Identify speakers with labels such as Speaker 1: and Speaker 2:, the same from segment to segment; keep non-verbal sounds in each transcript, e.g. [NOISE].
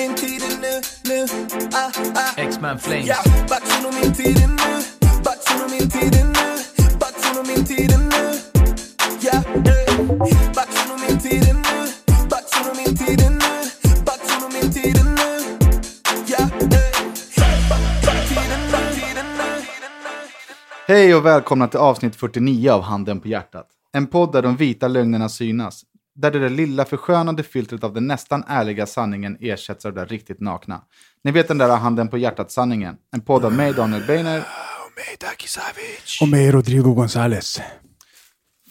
Speaker 1: min tid är nu, nu, ah, ah.
Speaker 2: X-Man Flames.
Speaker 1: Ja, Batzen och min tid är nu, Batzen och min tid är nu, Batzen och min tid är nu. Ja, eh. Batzen och min tid är nu, Batzen och min tid är nu, Batzen och min tid är nu. Ja, eh. Tiden nu, tiden nu.
Speaker 3: Hej och välkomna till avsnitt 49 av Handen på hjärtat. En podd där de vita lögnerna synas. Där det där lilla förskönande filtret av den nästan ärliga sanningen ersätts av det där riktigt nakna. Ni vet den där Handen på hjärtat-sanningen. En podd av mig, Daniel Beiner.
Speaker 4: Och med Rodrigo Gonzales.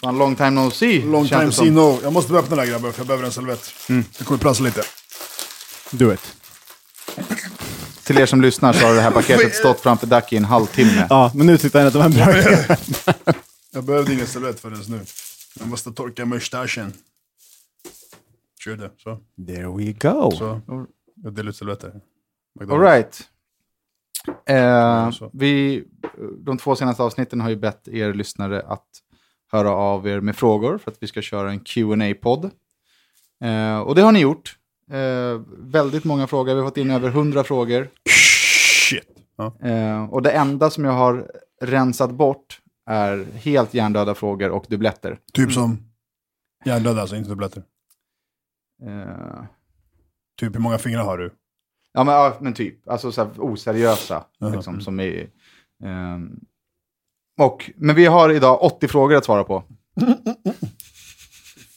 Speaker 3: Fan, long time no see.
Speaker 5: Long
Speaker 3: känns det
Speaker 5: time
Speaker 3: som.
Speaker 5: see no. Jag måste öppna den här grabben för jag behöver en servett.
Speaker 4: Mm.
Speaker 5: Jag kommer prassla lite.
Speaker 4: Du vet.
Speaker 3: Till er som lyssnar så har det här paketet stått framför Ducky i en halvtimme.
Speaker 4: Ja, men nu tyckte han att det var en bra
Speaker 5: [LAUGHS]
Speaker 4: idé.
Speaker 5: Jag behövde ingen servett förrän nu. Jag måste torka mustaschen. Kör det. Så.
Speaker 4: There we go.
Speaker 5: så. Jag delar ut servetter.
Speaker 3: All right. Eh,
Speaker 5: så.
Speaker 3: vi, de två senaste avsnitten har ju bett er lyssnare att höra av er med frågor för att vi ska köra en qa podd eh, Och det har ni gjort. Eh, väldigt många frågor. Vi har fått in över 100 frågor.
Speaker 5: Shit. Ja.
Speaker 3: Eh, och det enda som jag har rensat bort är helt hjärndöda frågor och dubbletter.
Speaker 5: Typ som hjärndöd alltså, inte dubbletter.
Speaker 3: Eh,
Speaker 5: Typ hur många fingrar har du?
Speaker 3: Ja men, ja, men typ. Alltså så här oseriösa. Liksom,
Speaker 5: mm.
Speaker 3: som är, ehm, och, men vi har idag 80 frågor att svara på.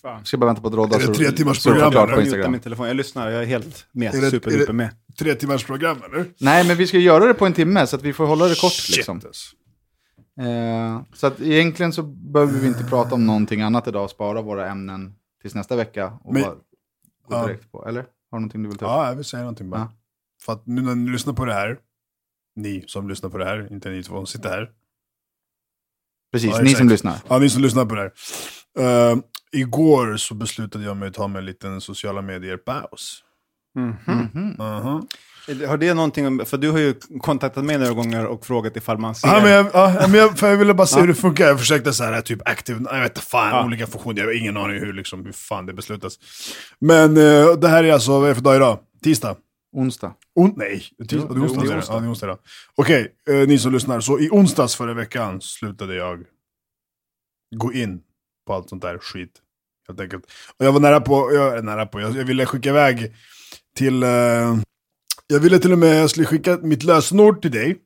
Speaker 3: Jag ska bara vänta på att Rodda
Speaker 5: Är det
Speaker 4: Alltså,
Speaker 3: så-
Speaker 5: tre timmars
Speaker 3: så det är
Speaker 5: program,
Speaker 3: klart
Speaker 5: eller?
Speaker 3: på
Speaker 4: Jag
Speaker 3: Instagram.
Speaker 4: min telefon. Jag lyssnar, jag är helt med.
Speaker 5: Är det-
Speaker 4: Superduper
Speaker 5: är det-
Speaker 4: med.
Speaker 5: Tre timmars program eller?
Speaker 3: Nej, men vi ska göra det på en timme så att vi får hålla det kort. Liksom.
Speaker 5: alltså.
Speaker 4: Typ.
Speaker 3: Eh, så att egentligen så behöver vi inte prata om någonting annat idag och spara våra ämnen tills nästa vecka. Och
Speaker 5: Men-
Speaker 3: bara gå
Speaker 5: ja.
Speaker 3: direkt på. Eller? Har du någonting du vill ta upp?
Speaker 5: Ja, jag vill säga någonting bara.
Speaker 3: Ja.
Speaker 5: För att nu när ni lyssnar på det här, ni som lyssnar på det här, inte ni två, sitter här.
Speaker 3: Precis,
Speaker 5: Ja,
Speaker 3: ni
Speaker 5: exakt.
Speaker 3: som lyssnar.
Speaker 5: Ja, ni som lyssnar på det här. Eh, igår så beslutade jag mig att ta mig en liten sociala medier-paus. Mhm.
Speaker 4: Har det någonting om, för du har ju kontaktat mig några gånger och frågat ifall man ser.
Speaker 5: Ja, men jag, ja, men jag, för jag ville bara se hur det funkar. Jag försökte så här, typ aktiv, jag vet inte fan,
Speaker 4: Ja.
Speaker 5: olika funktioner. Jag har ingen aning hur, liksom, hur fan det beslutas. Men eh, det här är alltså, vad är det för dag idag? Tisdag?
Speaker 3: Onsdag.
Speaker 5: On nej, tis,
Speaker 4: Jo,
Speaker 5: det
Speaker 4: det
Speaker 5: är
Speaker 4: är
Speaker 5: onsdag.
Speaker 4: onsdag.
Speaker 5: Ja, det är onsdag idag. Okej, eh, ni som lyssnar. Så i onsdags förra veckan slutade jag gå in på allt sånt där skit. Helt enkelt. Och jag var nära på, jag är nära på, jag, jag ville skicka iväg till, eh, jag ville till och med, jag skulle skicka mitt lösenord till dig.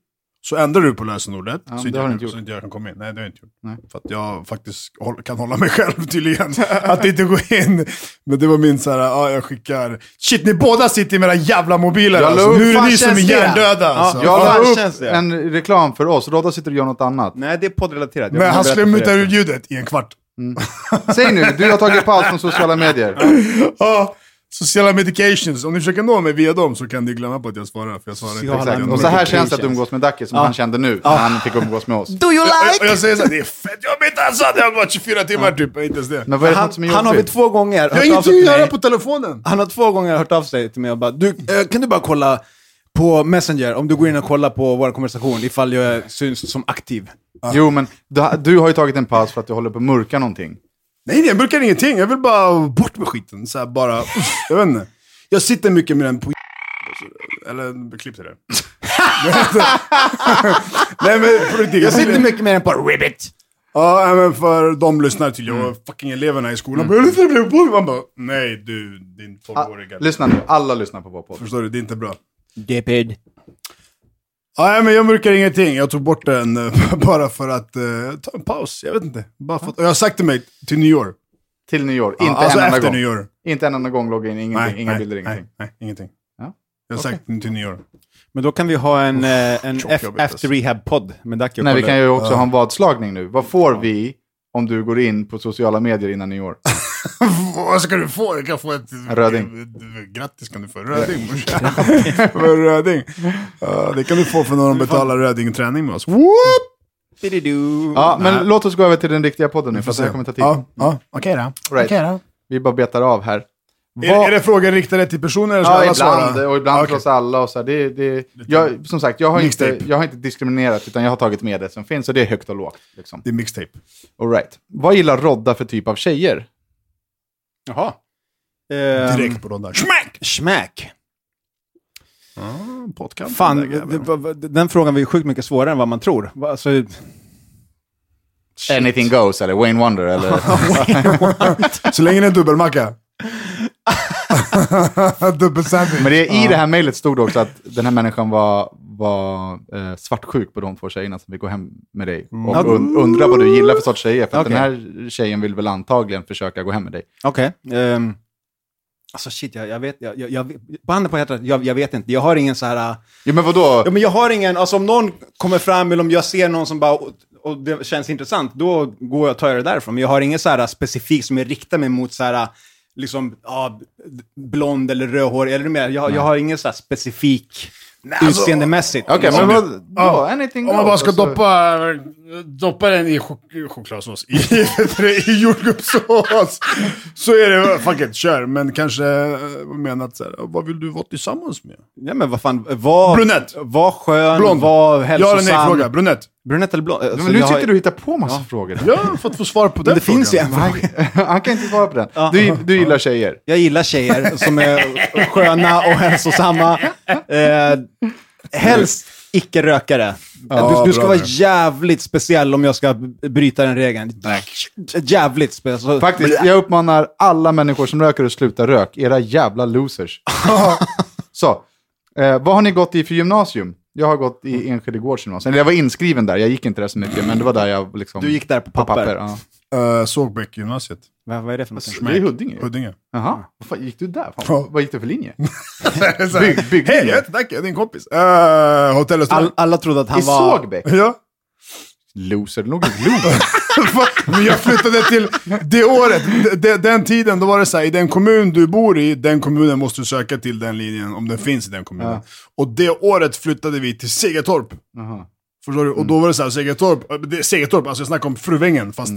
Speaker 5: Så ändrar du på lösenordet.
Speaker 3: Ja,
Speaker 5: så,
Speaker 3: det
Speaker 5: inte
Speaker 3: har
Speaker 5: jag,
Speaker 3: du inte gjort.
Speaker 5: så inte jag kan komma in. Nej, det har jag inte gjort.
Speaker 3: Nej.
Speaker 5: För att jag faktiskt håll, kan hålla mig [LAUGHS] själv
Speaker 3: [LAUGHS]
Speaker 5: tydligen. att inte gå in. Men det var min så här, ja jag skickar. Shit, ni båda sitter i mina jävla mobiler.
Speaker 3: Jag la
Speaker 5: Alltså,
Speaker 3: upp-
Speaker 5: nu är
Speaker 3: fan,
Speaker 5: det ni som är
Speaker 4: känns det?
Speaker 5: hjärndöda. Alltså.
Speaker 3: Jag la
Speaker 4: fan
Speaker 3: upp
Speaker 4: känns det?
Speaker 3: en reklam för oss, Rodda sitter och gör något annat.
Speaker 4: Nej, det är poddrelaterat. Jag
Speaker 5: Men
Speaker 4: vill
Speaker 5: han
Speaker 4: berätta
Speaker 5: skulle
Speaker 4: för
Speaker 5: muta
Speaker 4: er.
Speaker 5: ur ljudet i en kvart. [LAUGHS] [LAUGHS]
Speaker 3: Säg nu, du har tagit paus från sociala medier.
Speaker 5: Ja, Sociala medications, om ni försöker nå mig via dem så kan ni glömma på att jag svarar, för jag svarar inte
Speaker 4: Sociala-
Speaker 5: exakt.
Speaker 4: och
Speaker 5: Jag-
Speaker 3: Och så här
Speaker 4: Medications.
Speaker 3: känns det att umgås med Dacke som han kände nu när han fick umgås med oss.
Speaker 1: Do you
Speaker 5: Och jag-
Speaker 1: like?
Speaker 5: Och jag säger såhär, det är fett jobbigt alltså! Det har varit 24 timmar typ, inte ens det.
Speaker 3: Men vad är det
Speaker 4: Han,
Speaker 3: något som är
Speaker 4: han har vid
Speaker 3: jobbigt?
Speaker 4: två gånger
Speaker 5: Jag har
Speaker 4: hört av sig
Speaker 5: ingenting
Speaker 4: till
Speaker 5: att göra
Speaker 4: mig.
Speaker 5: på telefonen!
Speaker 4: Han har två gånger hört av sig till mig och bara du, eh, kan du bara kolla på Messenger om du går in och kollar på vår konversation ifall jag syns som aktiv.
Speaker 3: Jo, men du, du har ju tagit en paus för att du håller på att mörka någonting.
Speaker 5: Nej, nej, jag brukar ingenting. Jag vill bara bort med skiten. Så här, bara, uff, jag vet inte. Jag sitter mycket med den på [LAUGHS] Eller, klipp till det. [LAUGHS] nej, men på riktigt.
Speaker 4: Jag sitter mycket mer än på ribbit.
Speaker 5: Ja, nej, men för de lyssnar till
Speaker 3: Mm.
Speaker 5: jag fucking eleverna i skolan. Mm. Jag lyssnar på Liverpool. Man bara, nej du, din tolvåriga.
Speaker 3: Ah, Lyssna nu, alla lyssnar på vår podd.
Speaker 5: Förstår du, det är inte bra.
Speaker 4: Depid.
Speaker 5: Ja, nej, men jag mörkar ingenting. Jag tog bort den eh, [LAUGHS] bara för att eh, ta en paus. Jag vet inte. Bara för att, och jag har sagt till mig till nyår.
Speaker 3: Till nyår,
Speaker 5: Ja,
Speaker 3: Ah. inte
Speaker 5: alltså
Speaker 3: en enda
Speaker 5: efter
Speaker 3: gång.
Speaker 5: nyår.
Speaker 3: Inte en enda gång logga in, ingenting, inga bilder, ingenting.
Speaker 5: Nej, nej, ingenting.
Speaker 3: Ja.
Speaker 5: Jag har sagt till nyår. [LAUGHS]
Speaker 4: Men då kan vi ha en, eh, en
Speaker 5: tjockt
Speaker 4: F-
Speaker 5: jobbigt, alltså.
Speaker 4: after rehab-podd med Dacke och
Speaker 3: Nej, vi
Speaker 4: Kalle.
Speaker 3: kan ju också ha en vadslagning nu. Vad får vi om du går in på sociala medier innan
Speaker 5: [LAUGHS]
Speaker 3: nyår?
Speaker 5: Vad ska du få? Du kan få ett...
Speaker 3: Röding.
Speaker 5: Grattis kan du få. Röding
Speaker 3: [LAUGHS]
Speaker 5: morsan. För röding. Ja, det kan du få för när de betalar rödingträning med oss. Whoop!
Speaker 4: Dididu.
Speaker 3: Ja, men låt oss gå över till den riktiga podden nu, för att det här kommer ta tid. Mm.
Speaker 5: Ja, ja. okej då.
Speaker 3: Right.
Speaker 5: Okej då.
Speaker 3: Vi bara betar av här.
Speaker 5: Är, är det frågan riktade till personer eller ska
Speaker 3: Ja,
Speaker 5: alla
Speaker 3: ibland.
Speaker 5: svara?
Speaker 3: Och ibland
Speaker 5: Ja,
Speaker 3: för
Speaker 5: okej.
Speaker 3: oss alla. Och så här, det, det, jag, som sagt, jag har, inte,
Speaker 5: Mixtape.
Speaker 3: jag har inte diskriminerat, utan jag har tagit med det som finns. Och det är högt och lågt. Liksom.
Speaker 5: Det är mixtape.
Speaker 3: All right. Vad gillar Rodda för typ av tjejer?
Speaker 4: Jaha. Ehm,
Speaker 5: Direkt på rondan. Schmack!
Speaker 4: Schmack.
Speaker 5: Pottkanten
Speaker 4: Fan,
Speaker 5: där,
Speaker 4: det,
Speaker 5: grabben.
Speaker 4: va- va- den frågan var ju sjukt mycket svårare än vad man tror. Va, Alltså,
Speaker 3: Anything goes, eller Wayne Wonder, eller...
Speaker 5: [LAUGHS] [LAUGHS] Så länge det är
Speaker 3: [LAUGHS]
Speaker 5: en dubbelmacka. [LAUGHS] Dubbelsandwich.
Speaker 3: Men det, i det här mejlet stod också att den här människan var, var eh, svartsjuk på de två tjejerna som fick gå hem med dig. Och und- undrar vad du gillar för sorts tjejer, för att
Speaker 4: Okej.
Speaker 3: den här tjejen vill väl antagligen försöka gå hem med dig.
Speaker 4: Okej. ehm, alltså shit, jag, jag vet, jag, jag, jag, på handen på hjärtat, jag, jag vet inte. Jag har ingen så här... äh,
Speaker 3: Jo, men vadå?
Speaker 4: Ja, men jag har ingen, alltså om någon kommer fram eller om jag ser någon som bara, och, och det känns intressant, då går jag och tar det därifrån. Men jag har ingen så här specifik som jag riktar mig mot så här, liksom, ja, b- blond eller rödhårig eller mer. Jag, jag har ingen så här specifik
Speaker 5: alltså-
Speaker 4: utseendemässigt.
Speaker 3: Okej,
Speaker 4: liksom.
Speaker 3: men vad, då,
Speaker 5: Ja.
Speaker 3: anything
Speaker 5: Om man
Speaker 3: goes,
Speaker 5: bara ska
Speaker 3: alltså.
Speaker 5: doppa, doppa den i chok- chokladsås, i, [LAUGHS] i jordgubbssås, så är det fuck it, kör. Men kanske eh, menat så här, vad vill du vara tillsammans med?
Speaker 4: Ja, men vad fan, var,
Speaker 5: Brunett.
Speaker 4: var skön,
Speaker 5: Blond.
Speaker 4: var
Speaker 5: Ja eller
Speaker 4: hälsosam.
Speaker 5: nej fråga, brunett.
Speaker 4: Brunett eller blond? Alltså,
Speaker 3: Men nu
Speaker 4: jag har-
Speaker 3: sitter du och hittar på massa frågor. där.
Speaker 5: Ja, för att få svar på den
Speaker 4: det finns ju
Speaker 5: frågan.
Speaker 4: en
Speaker 3: [LAUGHS]
Speaker 4: fråga.
Speaker 3: Han kan inte svara på den. Du, du gillar tjejer.
Speaker 4: Jag gillar tjejer som är sköna och hälsosamma. Eh, helst icke-rökare.
Speaker 5: Ja,
Speaker 4: du, du ska
Speaker 5: bra
Speaker 4: vara
Speaker 5: det.
Speaker 4: jävligt speciell om jag ska bryta den regeln. Jävligt speciell.
Speaker 3: Faktiskt, jag uppmanar alla människor som röker att sluta rök. Era jävla
Speaker 4: [LAUGHS]
Speaker 3: losers. Så, eh, vad har ni gått i för gymnasium? Jag har gått i Enskede Gårds gymnasium. Eller jag var inskriven där, jag gick inte där så mycket, men det var där jag liksom...
Speaker 4: Du gick där på papper.
Speaker 3: ja.
Speaker 5: Eh, Sågbäcksgymnasiet.
Speaker 4: Vad, vad är det för någonting?
Speaker 3: Det är Huddinge.
Speaker 5: Huddinge. [LAUGHS]
Speaker 3: Jaha, vad fan, gick du där? Fan,
Speaker 5: Ja.
Speaker 3: Vad gick du för linje?
Speaker 5: Så här,
Speaker 3: Bygg- bygglinje.
Speaker 5: Hej, jag heter Dacke, jag är din kompis. Uh, hotell och
Speaker 4: All,
Speaker 5: restaurang.
Speaker 4: alla trodde att han
Speaker 3: I
Speaker 4: var...
Speaker 3: Sågbäck?
Speaker 5: Ja.
Speaker 3: Loser, det låg i Globen.
Speaker 5: [LAUGHS] Men jag flyttade till det året, de, den tiden, då var det så här, i den kommun du bor i, den kommunen måste du söka till den linjen om den finns i den kommunen. Och det året flyttade vi till Segertorp. Förstår du? Och då var det så här, Segertorp, äh, det, Segertorp, alltså jag snackar om Fruvängen, fast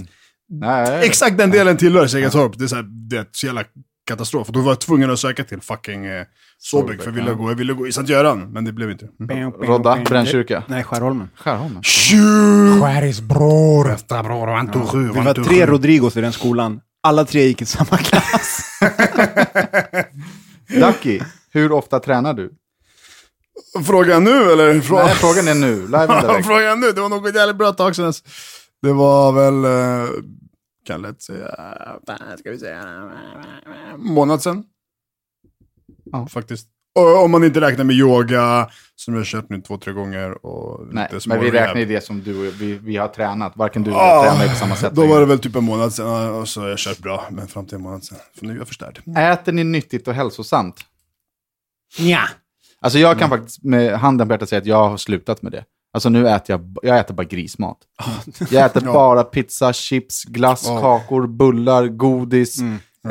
Speaker 3: Nej.
Speaker 5: exakt den delen tillhör Segertorp. Det är så, här, det är så jävla katastrof. Och då var jag tvungen att söka till fucking eh, Såbäck, för jag ville, gå, jag ville gå i Sankt Göran, men det blev inte.
Speaker 3: Rodda, Brännkyrka.
Speaker 4: Nej, Skärholmen.
Speaker 3: Skärholmen.
Speaker 5: Skäris bror! Efter bror, han tog sju,
Speaker 4: Det var tre Rodrigos i den skolan. Alla tre gick i samma klass.
Speaker 3: Ducky, hur ofta tränar du?
Speaker 5: Fråga nu eller? Fråga...
Speaker 3: Nej, frågan är
Speaker 5: [LAUGHS]
Speaker 3: nu, live and
Speaker 4: [LAUGHS]
Speaker 5: Ja,
Speaker 3: direct.
Speaker 5: Frågan nu, det var något jävligt bra tag sedan. Det var väl, eh, kan lätt säga, eh, ska vi säga, månad sedan.
Speaker 3: Ja.
Speaker 5: Faktiskt. Och, om man inte räknar med yoga, som jag har kört nu två, tre gånger. Och
Speaker 3: Nej,
Speaker 5: lite små
Speaker 3: men vi
Speaker 5: rehab.
Speaker 3: räknar ju det som du och vi, vi har tränat. Varken
Speaker 4: Ah,
Speaker 3: du eller jag
Speaker 5: Ja,
Speaker 3: tränar ju på samma sätt.
Speaker 5: Då var det väl typ en månad sedan, och så har jag kört bra, men fram till en månad sedan. För nu är jag förstörd.
Speaker 3: Äter ni nyttigt och hälsosamt?
Speaker 4: Nja.
Speaker 3: Alltså jag kan faktiskt med handen på hjärtat säga att jag har slutat med det. Alltså nu äter jag, jag äter bara grismat. Jag äter bara pizza,
Speaker 4: Mm.
Speaker 3: chips, glass, kakor, bullar, godis,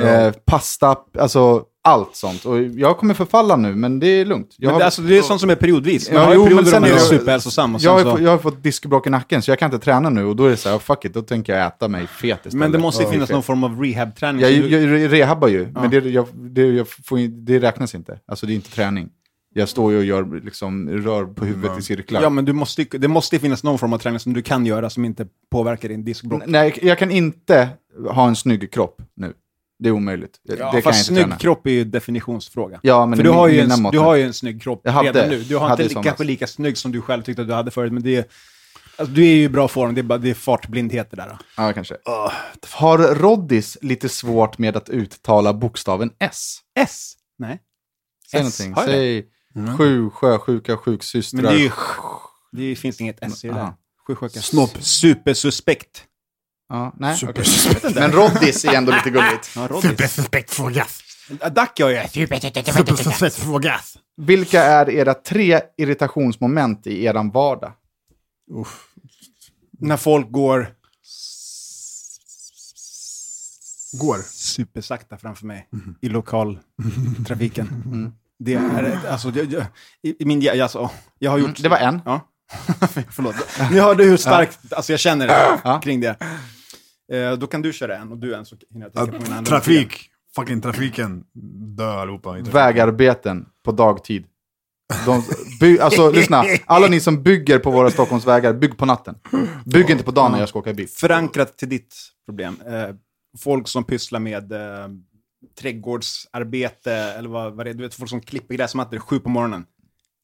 Speaker 3: eh, pasta, alltså allt sånt. Och jag kommer förfalla nu, men det är lugnt. Jag
Speaker 4: Men det, alltså, det är sånt som är periodvis. Man
Speaker 3: Ja,
Speaker 4: har
Speaker 3: jo,
Speaker 4: ju
Speaker 3: men
Speaker 4: perioder då
Speaker 3: sen
Speaker 4: man
Speaker 3: är
Speaker 4: är
Speaker 3: jag-
Speaker 4: superhälsosam och
Speaker 3: jag,
Speaker 4: sen
Speaker 3: har,
Speaker 4: så...
Speaker 3: fått- jag har fått diskbråck i nacken, så jag kan inte träna nu. Och då är det så här, fuck it, då tänker jag äta mig fet istället.
Speaker 4: Men det måste ju
Speaker 3: Ja,
Speaker 4: finnas
Speaker 3: okej.
Speaker 4: någon form av rehab-träning.
Speaker 3: Jag,
Speaker 4: Så du-
Speaker 3: jag rehabbar ju, men det, jag, det, jag får, in- det räknas inte. Alltså det är inte träning. Jag står ju och gör, liksom, rör på huvudet i cirklar.
Speaker 4: Ja, men du måste, ju- det måste ju finnas någon form av träning som du kan göra som inte påverkar din diskbråck.
Speaker 3: Nej, jag kan inte ha en snygg kropp nu. Det är omöjligt.
Speaker 4: Ja,
Speaker 3: det kan jag
Speaker 4: fast
Speaker 3: inte
Speaker 4: snygg
Speaker 3: träna.
Speaker 4: kropp är ju definitionsfråga.
Speaker 3: Ja, men
Speaker 4: För du
Speaker 3: min-
Speaker 4: har, ju
Speaker 3: mina
Speaker 4: en,
Speaker 3: mått
Speaker 4: du
Speaker 3: mätt.
Speaker 4: har ju en snygg kropp
Speaker 3: Jag hade-
Speaker 4: redan nu. Du har
Speaker 3: hade i
Speaker 4: inte
Speaker 3: somras.
Speaker 4: kanske lika snygg som du själv tyckte att du hade förut, men det är, alltså, du är ju i bra form. Det är, bara, det är fartblindhet det där. då.
Speaker 3: Ja, kanske.
Speaker 4: Ah.
Speaker 3: Har Roddis lite svårt med att uttala bokstaven S?
Speaker 4: S? Nej.
Speaker 3: Säg
Speaker 4: S,
Speaker 3: någonting.
Speaker 4: har jag det? Mm.
Speaker 3: Säg sju sjösjuka sjuksystrar.
Speaker 4: Men det, är ju, det finns inget S i det
Speaker 3: Aha.
Speaker 4: där. Sjösjuka.
Speaker 5: Snopp.
Speaker 4: Supersuspekt.
Speaker 3: Ja, nej,
Speaker 5: Super-
Speaker 3: okej. Men Roddis är ändå lite gulligt.
Speaker 4: Ja, Roddis.
Speaker 5: Supersuspektfråga.
Speaker 4: Dac gör ju S.
Speaker 5: Supersuspektfråga.
Speaker 3: Vilka är era tre irritationsmoment i eran vardag?
Speaker 4: När folk går
Speaker 5: Går.
Speaker 4: supersakta framför mig
Speaker 3: [LAUGHS]
Speaker 4: i lokaltrafiken.
Speaker 3: Mm.
Speaker 4: Det är, alltså, det, jag, i, i min, jag, alltså, åh, jag har gjort...
Speaker 3: Mm. Det var en.
Speaker 4: Ja. [LAUGHS] Förlåt. Nu hörde hur starkt, alltså jag känner det kring det. Eh, då kan du köra en och du en så hinner jag tänka på min andra.
Speaker 5: Trafik. Fucking trafiken. Dö allihopa. i trafiken.
Speaker 3: Vägarbeten på dagtid. De, by,
Speaker 4: [LAUGHS]
Speaker 3: alltså, lyssna. Alla ni som bygger på våra Stockholmsvägar, bygg på natten. Bygg inte på dagen när jag ska åka bil.
Speaker 4: Förankrat till ditt problem. Eh, folk som pysslar med eh, trädgårdsarbete eller vad, vad det är. Du vet folk som klipper gräsmattor sju på morgonen.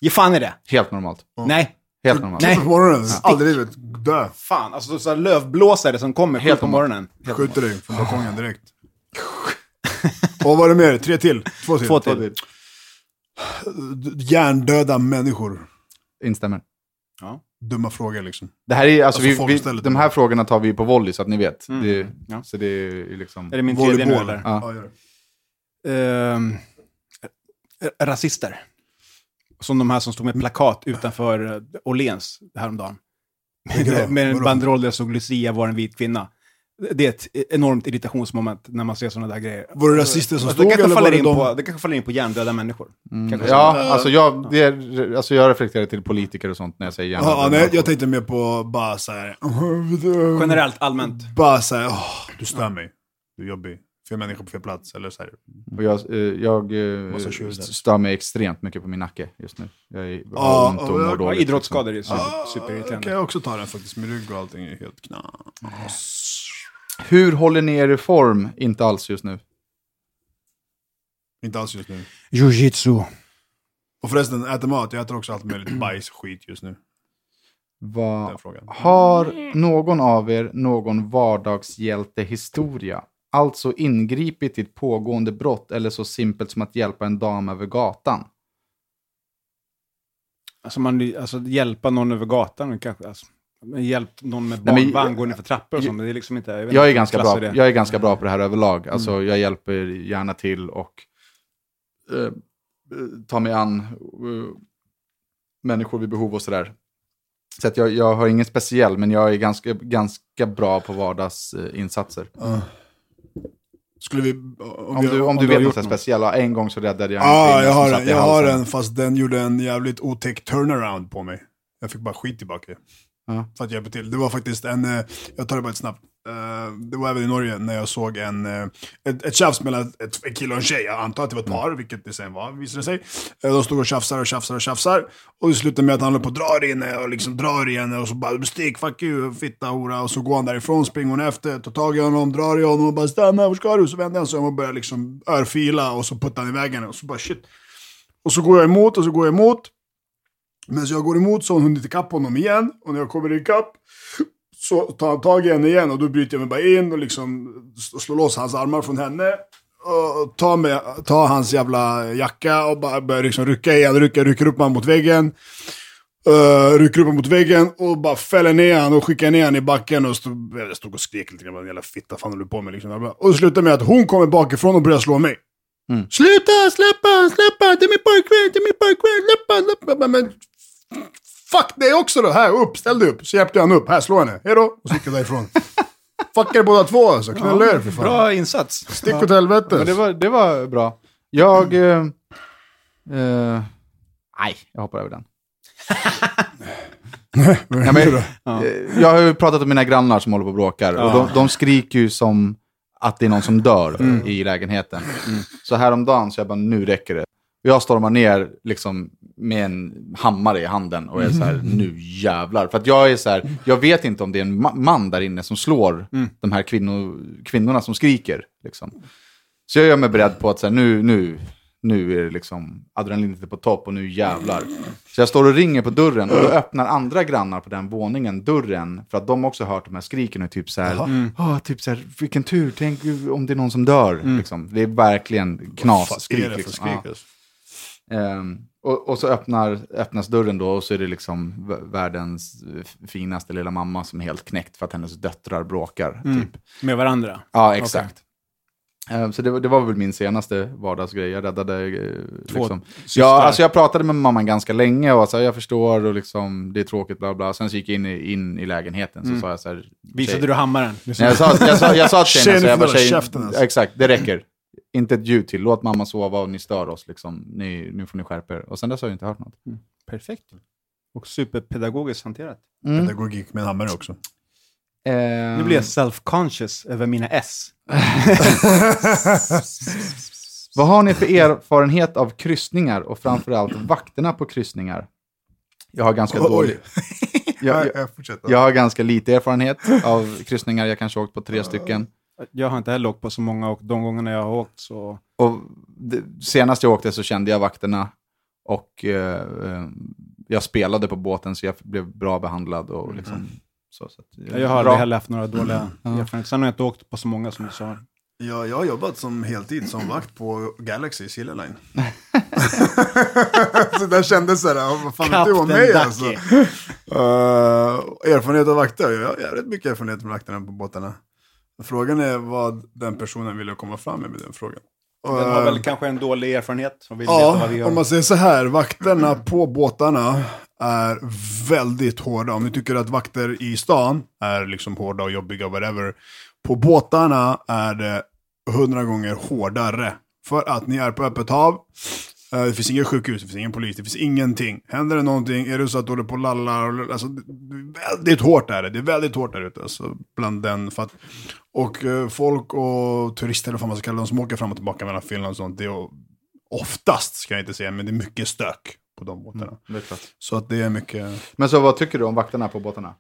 Speaker 4: Ge fan i det.
Speaker 3: Helt normalt.
Speaker 4: Nej.
Speaker 3: Helt normalt.
Speaker 4: Nej.
Speaker 5: På morgonen. Aldrig i livet. Dö.
Speaker 4: Fan, alltså så här lövblåsare som kommer sju
Speaker 3: Helt
Speaker 4: på
Speaker 3: normalt.
Speaker 4: morgonen.
Speaker 5: Skjuter dig från balkongen direkt. [LAUGHS] Och vad är det mer? Tre till? Två till?
Speaker 4: Två till.
Speaker 5: D- Hjärndöda människor.
Speaker 3: Instämmer.
Speaker 4: Ja.
Speaker 5: Dumma frågor liksom.
Speaker 3: Det här är, alltså,
Speaker 5: Alltså, folk
Speaker 3: vi, vi,
Speaker 5: ställer-
Speaker 3: de här frågorna tar vi på volley så att ni vet. Det,
Speaker 4: Mm. Ja.
Speaker 3: Så det är ju liksom...
Speaker 4: Är det min tredje nu
Speaker 5: Volleyboll.
Speaker 4: eller?
Speaker 3: Ja.
Speaker 5: gör det.
Speaker 4: ehm, r- rasister. Som de här som stod med plakat utanför eh, Åhléns häromdagen.
Speaker 5: Vadå?
Speaker 4: Med, med en
Speaker 5: Vadå?
Speaker 4: banderoll där det stod Lucia var en vit kvinna. Det är ett enormt irritationsmoment när man ser sådana där grejer.
Speaker 5: Var det rasister som
Speaker 4: Alltså, det,
Speaker 5: stod
Speaker 4: kanske
Speaker 5: eller var
Speaker 4: faller
Speaker 5: det
Speaker 4: in
Speaker 5: de... Mm.
Speaker 4: på, det kanske faller in på hjärndöda människor. Kanske så.
Speaker 3: Ja, alltså jag, det är, alltså jag reflekterar till politiker och sånt när jag säger gärna.
Speaker 5: Ja, nej, jag tänkte mer på bara såhär...
Speaker 4: Generellt, allmänt.
Speaker 5: Bara såhär, åh, du stör mig. Du är jobbig. Fel människa på fel plats. Eller såhär.
Speaker 3: Och jag, eh, jag eh,
Speaker 5: Massa tjurar.
Speaker 3: stör mig extremt mycket på min nacke just nu. Jag är, har
Speaker 5: Ja,
Speaker 3: ont och
Speaker 5: ja,
Speaker 3: mår
Speaker 5: ja,
Speaker 4: Ja,
Speaker 3: dåligt. liksom.
Speaker 4: idrottsskador är ju super,
Speaker 5: Kan
Speaker 4: superirriterande.
Speaker 5: jag också ta den faktiskt. Med rygg och allting är helt knas.
Speaker 3: Hur håller ni er i form? Inte alls just nu.
Speaker 5: Inte alls just nu.
Speaker 4: Jiu-jitsu.
Speaker 5: Och förresten, äter mat. Jag äter också allt möjligt bajs och skit just nu.
Speaker 3: Vad-
Speaker 5: Den frågan.
Speaker 3: Har någon av er någon vardagshjältehistoria? Alltså ingripit i ett pågående brott eller så simpelt som att hjälpa en dam över gatan?
Speaker 4: Alltså, man, alltså hjälpa någon över gatan kanske. Alltså. Hjälp någon med
Speaker 3: Nej, men-
Speaker 4: barnvagn, gå ner för trappor och så, men det är liksom inte... vet
Speaker 3: Jag
Speaker 4: inte
Speaker 3: är, ganska
Speaker 4: klassar
Speaker 3: bra,
Speaker 4: det.
Speaker 3: jag är ganska bra på det här överlag.
Speaker 5: Mm.
Speaker 3: Alltså, Jag hjälper gärna till och eh, eh, tar mig an eh, människor vid behov och sådär. Så att jag, jag har ingen speciell, men jag är ganska, ganska bra på vardagsinsatser.
Speaker 5: Skulle vi... Om,
Speaker 3: Om du, om du
Speaker 5: har
Speaker 3: vet
Speaker 5: gjort
Speaker 3: något speciellt, ja, en gång så räddade jag en
Speaker 5: Ja,
Speaker 3: kvinna
Speaker 5: Ah, jag
Speaker 3: som
Speaker 5: har
Speaker 3: satt
Speaker 5: den.
Speaker 3: i
Speaker 5: Jag har
Speaker 3: halsen.
Speaker 5: den, fast den gjorde en jävligt otäck turnaround på mig. Jag fick bara skit tillbaka.
Speaker 3: Ja.
Speaker 5: För att hjälpa till. Det var faktiskt en, eh, jag tar det bara ett snabbt. Eh, Det var även i Norge när jag såg en, eh, ett, ett tjafs mellan ett, en kille och en tjej. Jag antar att det var ett par, vilket det sen var, visade det sig. Eh, De stod och tjafsar och tjafsar och tjafsar. Och det slutade med att han håller på och drar in henne och liksom drar i henne och så bara stick, fuck you, fitta, hora. Och så går han därifrån, springer hon efter, tar tag i honom, drar i honom och bara stanna, var ska du? Så vänder han sig om och börjar liksom örfila och så puttar han iväg henne. Och så bara shit. Och så går jag emot och så går jag emot. Men så jag går emot så har hon hunnit ikapp honom igen. Och när jag kommer ikapp så tar han tag i henne igen och då bryter jag mig bara in och liksom s- slår loss hans armar från henne. Och tar, med, tar hans jävla jacka och bara börjar liksom rycka i henne, rycker, rycker upp honom mot väggen. Uh, rycker upp honom mot väggen och bara fäller ner honom och skickar ner honom i backen. Och stod, jag stod och skrek lite grann, bara, jävla fitta, fan håller du på med? Liksom. Och det slutar med att hon kommer bakifrån och börjar slå mig. Sluta, släpp han, släpp han, det är min pojkvän, det är min pojkvän, släpp han, släpp han. Men, men fuck dig också då, här upp, ställ dig upp. Så hjälpte jag han upp, här slå henne, hejdå. Och så gick jag därifrån. Fuckar båda två alltså, knulla er för fan.
Speaker 4: Bra insats.
Speaker 5: Stick åt helvete.
Speaker 3: Men det var, det var bra. Jag... Eh,
Speaker 5: Mm.
Speaker 3: eh, nej, jag hoppar över den.
Speaker 5: Vad
Speaker 3: Ja,
Speaker 5: är det [LAUGHS]
Speaker 3: men,
Speaker 5: då?
Speaker 3: eh, Jag har ju pratat om mina grannar som håller på och bråkar. Och de, de skriker ju som att det är någon som dör i lägenheten. Så häromdagen så jag bara, nu räcker det. Jag stormar ner liksom med en hammare i handen och är så här, nu jävlar. För att jag är så här, jag vet inte om det är en ma- man där inne som slår de här kvinno, kvinnorna som skriker. Liksom. Så jag gör mig beredd på att så här, nu, nu, nu är det liksom adrenalinet är på topp och nu jävlar. Så jag står och ringer på dörren och då öppnar andra grannar på den våningen dörren för att de också hört de här skriken och typ så här,
Speaker 5: Mm.
Speaker 3: "Åh, typ så här vilken tur, tänk om det är någon som dör. Liksom. Det är verkligen knasskrik.
Speaker 5: Mm. Vad är det för
Speaker 3: liksom.
Speaker 5: skrik? alltså?
Speaker 3: Ja. Ehm, och, och så öppnar, öppnas dörren då och så är det liksom v- världens eh, finaste lilla mamma som är helt knäckt för att hennes döttrar bråkar.
Speaker 5: Mm.
Speaker 3: Typ.
Speaker 4: Med varandra.
Speaker 3: Ja, exakt. Ehm, Så det, var- det var väl min senaste vardagsgrej. Jag räddade... eh, Liksom.
Speaker 4: systrar.
Speaker 3: Ja, alltså jag pratade med mamman ganska länge och sa jag förstår och liksom, det är tråkigt bla bla. Sen så gick jag in i, in i lägenheten så sa jag så här...
Speaker 4: Mm. Visade
Speaker 3: tjej-
Speaker 4: du hammaren?
Speaker 3: Nej, jag, sa, jag, sa, jag sa till tjejen,
Speaker 5: Tjejen
Speaker 3: så jag
Speaker 5: får
Speaker 3: bara,
Speaker 5: hålla
Speaker 3: tjejen
Speaker 5: käften, alltså."
Speaker 3: exakt, det räcker. Inte ett ljud till, låt mamma sova och ni stör oss liksom. Ni, nu får ni skärpa er. Och sen dess har jag inte hört något.
Speaker 4: Perfekt. Och superpedagogiskt hanterat.
Speaker 5: Mm. Pedagogik med en hammare också.
Speaker 3: Ehm,
Speaker 4: Nu blir jag self-conscious över mina S.
Speaker 3: Vad har ni för erfarenhet av kryssningar och framförallt vakterna på kryssningar? Jag har ganska dålig... Jag, jag,
Speaker 5: fortsätter.
Speaker 3: jag har ganska lite erfarenhet av kryssningar. Jag kanske har åkt på tre stycken.
Speaker 4: Jag har inte heller åkt på så många och de gångerna jag har åkt så...
Speaker 3: Och det, senast jag åkte så kände jag vakterna och eh, eh, jag spelade på båten så jag blev bra behandlad.
Speaker 5: Mm.
Speaker 3: Och liksom, så, så att, eh,
Speaker 4: Jag har
Speaker 3: bra.
Speaker 4: aldrig heller haft några dåliga erfarenheter. Sen har jag inte åkt på så många som du sa.
Speaker 5: Ja, jag har jobbat som heltid som vakt på Galaxy Silja Line. [LAUGHS] så där kändes det, där, vad fan vet du om mig
Speaker 4: Kapten
Speaker 5: alltså?
Speaker 4: Ducky.
Speaker 5: Eh, erfarenhet av vakter, jag har rätt mycket erfarenhet med vakterna på båtarna. Frågan är vad den personen ville komma fram med med den frågan.
Speaker 4: Den har
Speaker 5: Eh,
Speaker 4: väl kanske en dålig erfarenhet och vill veta
Speaker 5: Ja,
Speaker 4: vad vi gör.
Speaker 5: om man säger så här, vakterna på båtarna är väldigt hårda. Om du tycker att vakter i stan är liksom hårda och jobbiga, whatever. På båtarna är det hundra gånger hårdare. För att ni är på öppet hav. Eh, Det finns inget sjukhus, det finns ingen polis, det finns ingenting. Händer det någonting, är det så att du håller på och lallar, alltså, det- det är väldigt hårt är det. Det är väldigt hårt där ute. Alltså, bland den, för att, och eh, folk och turister, eller vad fan man ska kalla dem, som åker fram och tillbaka mellan Finland och sånt, det är oftast ska jag inte säga, men det är mycket stök på de båtarna.
Speaker 3: Mm, Det är klart.
Speaker 5: Så att det är mycket...
Speaker 3: Men så vad tycker du om vakterna på båtarna?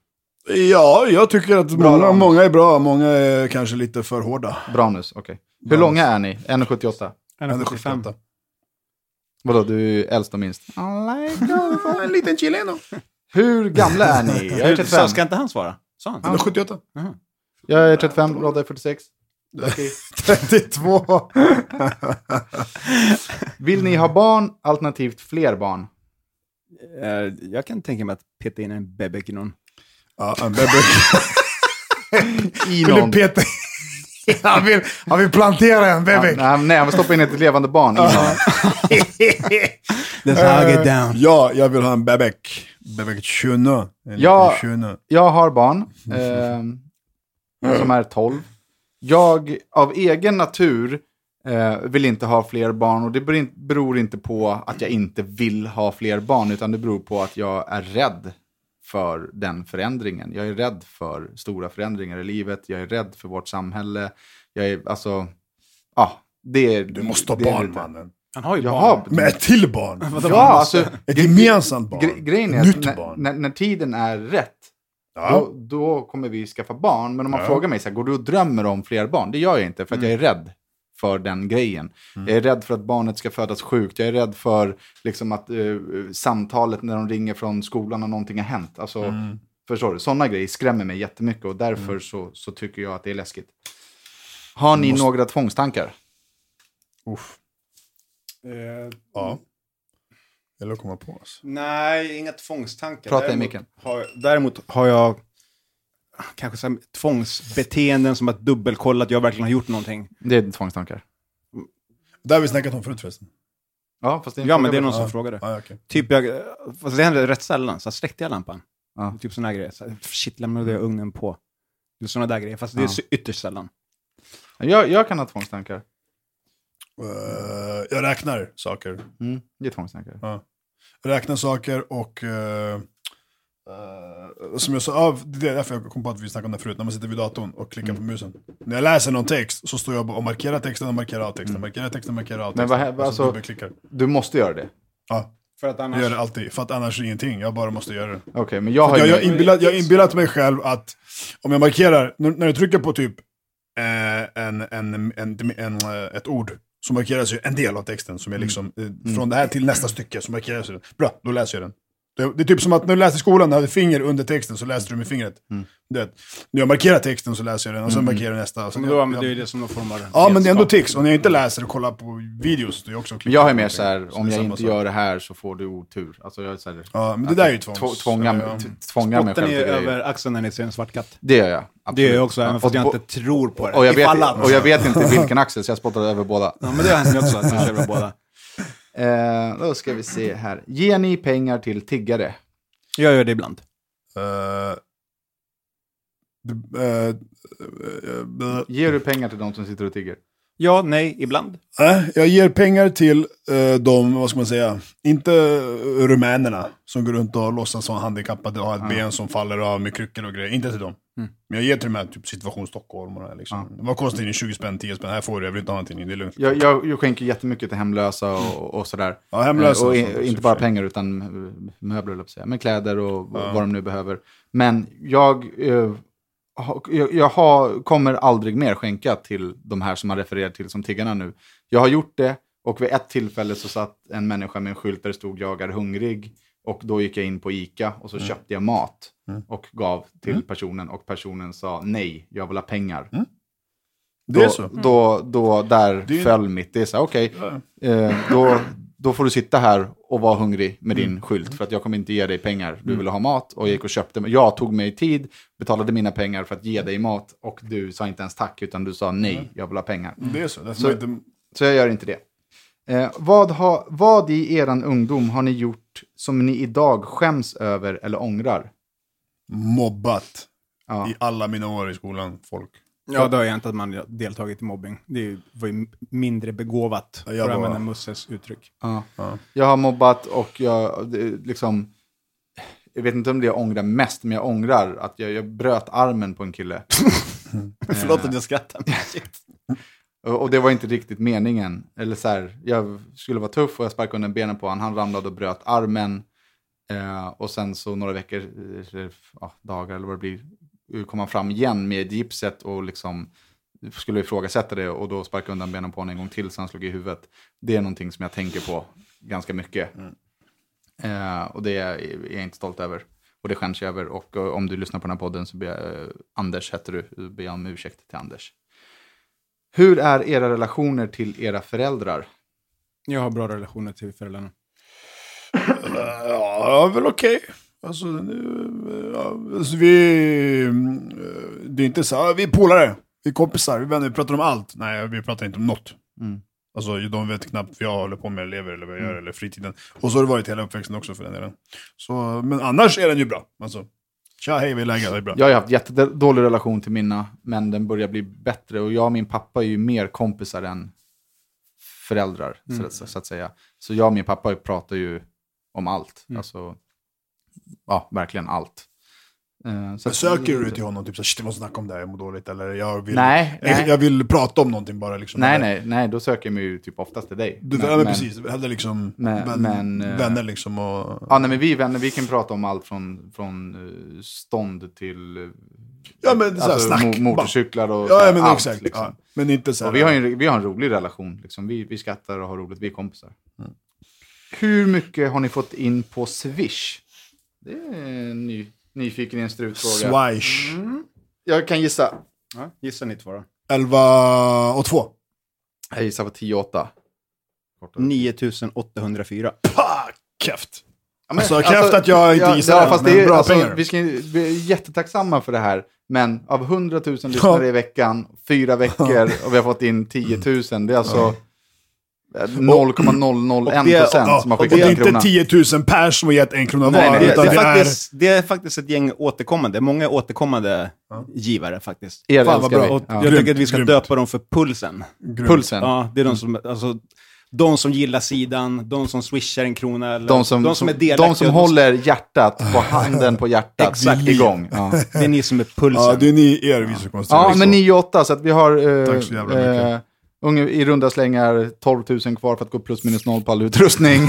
Speaker 5: Ja, jag tycker att många,
Speaker 3: då.
Speaker 5: många är bra, många är kanske lite för hårda.
Speaker 3: Branus, okej. Hur långa är ni? 1,78?
Speaker 4: 1,75.
Speaker 3: Vadå, du är äldst och minst?
Speaker 5: En liten chileno.
Speaker 3: Hur gamla är ni? Jag är
Speaker 4: Hur- sa- Ska
Speaker 3: 35.
Speaker 4: inte han svara? Sa han?
Speaker 5: 78.
Speaker 3: Jag är 35, Rodda är 46.
Speaker 5: [LAUGHS] 32.
Speaker 3: Vill ni ha barn, alternativt fler barn?
Speaker 4: Eh, Jag kan tänka mig att peta in en bebek i någon.
Speaker 5: ja, en bebis.
Speaker 3: [LAUGHS] I
Speaker 5: Skulle [LAUGHS] peta han vill, han vill plantera en
Speaker 3: Ja,
Speaker 5: bebis. [LAUGHS]
Speaker 3: nej, nej, men stoppa in ett levande barn i någon.
Speaker 4: That's how I get
Speaker 5: Eh,
Speaker 4: down.
Speaker 5: ja, jag vill ha en bebis. Bebis tjuno. En
Speaker 3: Ja.
Speaker 5: liten tjuno.
Speaker 3: Jag har
Speaker 5: [LAUGHS]
Speaker 3: barn eh, som är 12. Jag av egen natur eh, vill inte ha fler barn och det ber- beror inte på att jag inte vill ha fler barn utan det beror på att jag är rädd för den förändringen. Jag är rädd för stora förändringar i livet. Jag är rädd för vårt samhälle. Jag är alltså, ja, det är...
Speaker 5: Du måste ha
Speaker 3: det är
Speaker 5: barn,
Speaker 3: lite-
Speaker 5: mannen.
Speaker 4: Han har ju
Speaker 3: Jag
Speaker 4: barn.
Speaker 3: har,
Speaker 5: Men ett till barn.
Speaker 3: ja, alltså,
Speaker 5: Ett gemensamt barn.
Speaker 3: gre- grejen är
Speaker 5: Nytt
Speaker 3: att
Speaker 5: barn.
Speaker 3: när, när, när tiden är rätt
Speaker 5: ja.
Speaker 3: då, då kommer vi skaffa barn. Men om man
Speaker 5: Ja.
Speaker 3: frågar mig, så här, går du och drömmer om fler barn? Det gör jag inte, för att jag är rädd för den grejen. Jag är rädd för att barnet ska födas sjukt. Jag är rädd för liksom, att eh, samtalet när de ringer från skolan och någonting har hänt. Alltså, Förstår du? Sådana grejer skrämmer mig jättemycket och därför så, så tycker jag att det är läskigt. Har ni några tvångstankar?
Speaker 5: Uff.
Speaker 4: Eh,
Speaker 5: Ja. Eller komma på oss.
Speaker 4: Nej, inga tvångstankar.
Speaker 3: Prata i
Speaker 4: Däremot
Speaker 3: micken.
Speaker 4: Har, däremot har jag kanske så här, tvångsbeteenden som att dubbelkolla att jag verkligen har gjort någonting.
Speaker 3: Det är tvångstankar.
Speaker 5: Det har vi snackat om förut förresten.
Speaker 3: Ja, fast det är en
Speaker 4: Ja,
Speaker 3: fråga
Speaker 4: men det är
Speaker 3: bara.
Speaker 4: någon som frågade.
Speaker 5: Ja, okej.
Speaker 4: Typ jag, fast det händer rätt sällan, så här, släckte jag lampan?
Speaker 3: Ja.
Speaker 4: Typ sådana grejer. Så här, shit, lämnade jag ugnen på? Sådana där grejer, fast det är
Speaker 3: Ja.
Speaker 4: så ytterst sällan.
Speaker 3: Jag, jag kan ha tvångstankar.
Speaker 5: Eh, jag räknar saker.
Speaker 3: Mm, det är tvångstankar.
Speaker 5: Ja. Räkna saker och eh, eh, som jag sa, ja, det är därför jag kom på att vi snackade om det förut, när man sitter vid datorn och klickar
Speaker 3: Mm.
Speaker 5: på musen. När jag läser någon text så står jag bara och markerar texten och markerar av texten, markerar texten, markerar av
Speaker 3: Men
Speaker 5: texten.
Speaker 3: vad hä-
Speaker 5: och så
Speaker 3: alltså-
Speaker 5: dubbelklickar.
Speaker 3: Du måste göra det.
Speaker 5: Ja,
Speaker 4: För att annars...
Speaker 5: jag gör det alltid, för att annars är ingenting, jag bara måste göra det.
Speaker 3: Okej, men jag har
Speaker 5: Jag,
Speaker 3: ju...
Speaker 5: jag, har inbillat, jag har inbillat mig själv att om jag markerar, när, när jag trycker på typ eh, en, en, en, en, eh, ett ord, så markeras ju en del av texten som är
Speaker 3: Mm.
Speaker 5: liksom, eh, från det här till nästa stycke, så markeras ju den. Bra, då läser jag den. Det, det är typ som att när du läste i skolan, när du hade finger under texten, så läste du med fingret.
Speaker 3: Mm.
Speaker 5: Du vet, när jag markerar texten så läser jag den, och sen markerar jag nästa. Och sen,
Speaker 4: Men då använder du ju det som någon form av
Speaker 5: Ja, men det är ändå
Speaker 3: typ-
Speaker 4: redskap.
Speaker 5: tics. Och när jag inte läser och kollar på videos, då är jag också
Speaker 3: Men jag har ju mer så här,
Speaker 5: Så
Speaker 3: om
Speaker 5: det är
Speaker 3: jag
Speaker 5: samma
Speaker 3: inte
Speaker 5: sak.
Speaker 3: gör det här så får du otur. Alltså jag är så här,
Speaker 5: Ja, men det
Speaker 3: att
Speaker 5: där är
Speaker 3: jag
Speaker 5: ju tvångs-
Speaker 3: två- Tvångar
Speaker 5: ja.
Speaker 3: mig tvångar mig
Speaker 4: Botten
Speaker 3: själv
Speaker 4: är
Speaker 3: till
Speaker 4: ju
Speaker 3: grejer.
Speaker 4: över axeln när ni ser en svart katt.
Speaker 3: Det gör jag. Absolut.
Speaker 4: Det gör jag också, även fast
Speaker 3: och,
Speaker 4: jag
Speaker 3: på-
Speaker 4: inte tror på det.
Speaker 3: och, jag
Speaker 4: Ifall
Speaker 3: vet,
Speaker 4: att-
Speaker 3: och jag vet
Speaker 4: [LAUGHS]
Speaker 3: inte vilken axel, så jag spottade över båda.
Speaker 4: Ja, men det har hänt mig också, att jag
Speaker 3: [LAUGHS]
Speaker 4: kör båda.
Speaker 3: Eh, då ska vi se här. Ger ni pengar till tiggare?
Speaker 4: Jag gör det ibland.
Speaker 5: Eh, det- eh, eh, eh,
Speaker 3: Ger du pengar till de som sitter och tigger?
Speaker 4: Ja, nej, ibland.
Speaker 5: Nej, eh, jag ger pengar till eh, de, vad ska man säga, inte eh, rumänerna som går runt och låtsas vara handikappade och har ett ben som faller av med kryckor och grejer. Inte till dem. Men jag ger till de här typ situation Stockholm och det här, liksom. Vad kostar tidningen? 20 spänn, 10 spänn? Här får du, jag vill inte ha någonting. Det är lugnt.
Speaker 3: Jag, jag, jag skänker jättemycket till hemlösa och, och sådär.
Speaker 5: Ja, hemlösa
Speaker 3: Eh, och
Speaker 5: och
Speaker 3: i-
Speaker 5: sånt, i och
Speaker 3: inte
Speaker 5: för
Speaker 3: bara
Speaker 5: sig.
Speaker 3: pengar utan eh, möbler, höll jag på att säga. Men kläder och vad de nu behöver. Men jag, eh, ha- jag, jag har, kommer aldrig mer skänka till de här som man refererar till som tiggarna nu. Jag har gjort det och vid ett tillfälle så satt en människa med en skylt där det stod jag är hungrig. Och då gick jag in på ICA och så
Speaker 5: Mm.
Speaker 3: köpte jag mat och gav till personen och personen sa nej, jag vill ha pengar.
Speaker 5: Mm. Det är
Speaker 3: Då-
Speaker 5: så.
Speaker 3: Då, då, där
Speaker 5: Det är-
Speaker 3: föll mitt. Det är så här, okej, eh, då, då får du sitta här och vara hungrig med din
Speaker 5: Mm.
Speaker 3: skylt. För att jag kommer inte ge dig pengar. Du ville ha mat och jag gick och köpte. Jag tog mig tid, betalade mina pengar för att ge dig mat. Och du sa inte ens tack, utan du sa
Speaker 5: Mm.
Speaker 3: nej, jag vill ha pengar.
Speaker 5: Det är så. Därför
Speaker 3: Så-
Speaker 5: man inte...
Speaker 3: Så jag gör inte det. Eh, vad, ha, vad i eran ungdom har ni gjort som ni idag skäms över eller ångrar?
Speaker 5: Mobbat
Speaker 3: Ja.
Speaker 5: i alla mina år i skolan, folk.
Speaker 4: Ja, då har jag inte att man deltagit i mobbing. Det är ju- var ju mindre begåvat,
Speaker 5: Ja,
Speaker 4: för
Speaker 5: jag
Speaker 4: att
Speaker 5: bara-
Speaker 4: använda Musses uttryck.
Speaker 3: Ja. Jag har mobbat och jag det- liksom... Jag vet inte om det jag ångrar mest, men jag ångrar att jag, jag bröt armen på en kille.
Speaker 4: Förlåt att jag skrattar.
Speaker 3: Och och det var inte riktigt meningen. Eller så här, jag skulle vara tuff och jag sparkade under benen på honom. Han ramlade och bröt armen. Eh, och sen så några veckor, eh, eller, ja, dagar eller vad det blir, eh, kom han fram igen med gipset och liksom skulle ifrågasätta det och då sparkade jag undan benen på honom en gång till så han slog i huvudet. Det är någonting som jag tänker på ganska mycket. Eh, och det är jag inte stolt över. Och det skäms jag över. Och eh, om du lyssnar på den här podden så ber jag, eh, Anders heter du, ber jag om ursäkt till Anders. Hur är era relationer till era föräldrar?
Speaker 4: Jag har bra relationer till föräldrarna.
Speaker 5: Ja, väl okej. Alltså, nu, ja, alltså, vi... eh, Det är inte så här, vi är polare, vi är kompisar, vi är vänner, vi pratar om allt. Nej, vi pratar inte om något.
Speaker 3: Mm.
Speaker 5: Alltså, de vet knappt vad jag håller på med, lever eller vad jag gör, eller fritiden. Och så har det varit hela uppväxten också för den delen. Så, men annars är den ju bra. Alltså, tja, hej, vi är läget, det är bra.
Speaker 3: Jag har ju haft jättedålig relation till mina, men den börjar bli bättre. Och jag och min pappa är ju mer kompisar än föräldrar, så, att, så att säga. Så jag och min pappa pratar ju om allt. Alltså, ja, verkligen allt. Eh, så att-
Speaker 5: Söker du till honom, typ såhär, shit, vi måste snacka om det här, jag mår dåligt, eller jag vill,
Speaker 3: Nej,
Speaker 5: jag,
Speaker 3: nej.
Speaker 5: jag vill prata om någonting bara. Liksom.
Speaker 3: Nej, nej, nej, då söker jag mig ju typ oftast till dig.
Speaker 5: Du, ja, men, precis, hellre liksom
Speaker 3: men-
Speaker 5: vän,
Speaker 3: men, eh,
Speaker 5: vänner liksom och...
Speaker 3: Ja, nej, men vi är vänner, vi kan prata om allt från, från eh, stånd till eh,
Speaker 5: Ja men såhär
Speaker 3: alltså,
Speaker 5: snack.
Speaker 3: mo- motorcyklar och
Speaker 5: bara.
Speaker 3: så
Speaker 5: Ja,
Speaker 3: här,
Speaker 5: ja men
Speaker 3: allt,
Speaker 5: exakt.
Speaker 3: liksom.
Speaker 5: Ja. Men inte såhär.
Speaker 3: Och vi, har ju en, vi har en rolig relation. Liksom. Vi, vi skrattar och har roligt. Vi är kompisar.
Speaker 5: Mm.
Speaker 3: Hur mycket har ni fått in på Swish? Det är en ny, nyfiken instrutfråga.
Speaker 5: Swish.
Speaker 3: Jag kan gissa.
Speaker 4: Ja, gissa ni två då.
Speaker 5: 11 och 2.
Speaker 3: Jag gissar på 10 8.
Speaker 4: 9804.
Speaker 5: Käft. Alltså, kräft att jag inte gissar
Speaker 3: ja,
Speaker 5: rätt,
Speaker 3: fast
Speaker 5: men
Speaker 3: det är,
Speaker 5: bra
Speaker 3: alltså,
Speaker 5: pengar.
Speaker 3: vi, ska, vi är jättetacksamma för det här. Men av 100 000 lyssnare i veckan, fyra veckor och vi har fått in 10 000. Det är alltså
Speaker 5: Och
Speaker 3: 0,001
Speaker 4: det-
Speaker 3: procent som har
Speaker 5: och det
Speaker 3: skickat
Speaker 5: är
Speaker 3: en krona.
Speaker 5: inte 10 000 pers som har gett en krona var,
Speaker 4: Nej, nej, det,
Speaker 5: utan
Speaker 4: det,
Speaker 5: det,
Speaker 4: är
Speaker 5: är...
Speaker 4: faktiskt, det är faktiskt ett gäng återkommande, många återkommande givare faktiskt.
Speaker 3: Er
Speaker 5: Fan, vad
Speaker 3: älskar
Speaker 5: bra.
Speaker 3: vi.
Speaker 4: Och
Speaker 3: Ja.
Speaker 4: jag tycker att vi ska
Speaker 5: grymt.
Speaker 4: döpa dem för Pulsen.
Speaker 3: Pulsen. Mm.
Speaker 4: Ja, det är de som, alltså, de som gillar sidan, de som swishar en krona, eller
Speaker 3: De som,
Speaker 4: är delaktiga.
Speaker 3: de som håller hjärtat på handen på hjärtat
Speaker 4: [LAUGHS] Exakt.
Speaker 3: igång. Ja,
Speaker 4: [LAUGHS] Det är ni som är Pulsen.
Speaker 5: Ja, det är ni, er liksom. vi som konstaterar.
Speaker 3: ja men 9 8 så att vi har eh,
Speaker 5: Tack så jävla mycket.
Speaker 3: eh, unge- i runda slängar 12 000 kvar för att gå plus minus noll på all utrustning.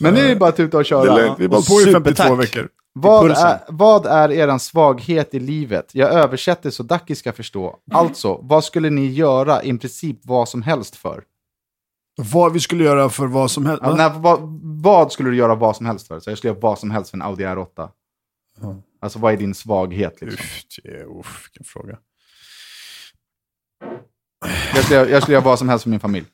Speaker 3: men nu är det bara att tuta och köra.
Speaker 5: Det är lugnt, vi bara på i 52
Speaker 4: Supertack.
Speaker 5: veckor.
Speaker 3: Vad
Speaker 4: Pulsen.
Speaker 3: är, vad är eran svaghet i livet? Jag översätter så Daki ska förstå. Alltså, vad skulle ni göra i princip vad som helst för?
Speaker 5: Vad vi skulle göra för vad som helst.
Speaker 3: Ja,
Speaker 5: Va?
Speaker 3: nej, vad, vad skulle du göra vad som helst för? Så jag skulle göra vad som helst för en Audi R8. Alltså vad är din svaghet? Liksom?
Speaker 5: Uff, det är- uff, vilken fråga.
Speaker 3: Jag, skulle, göra- jag skulle göra vad som helst för min familj.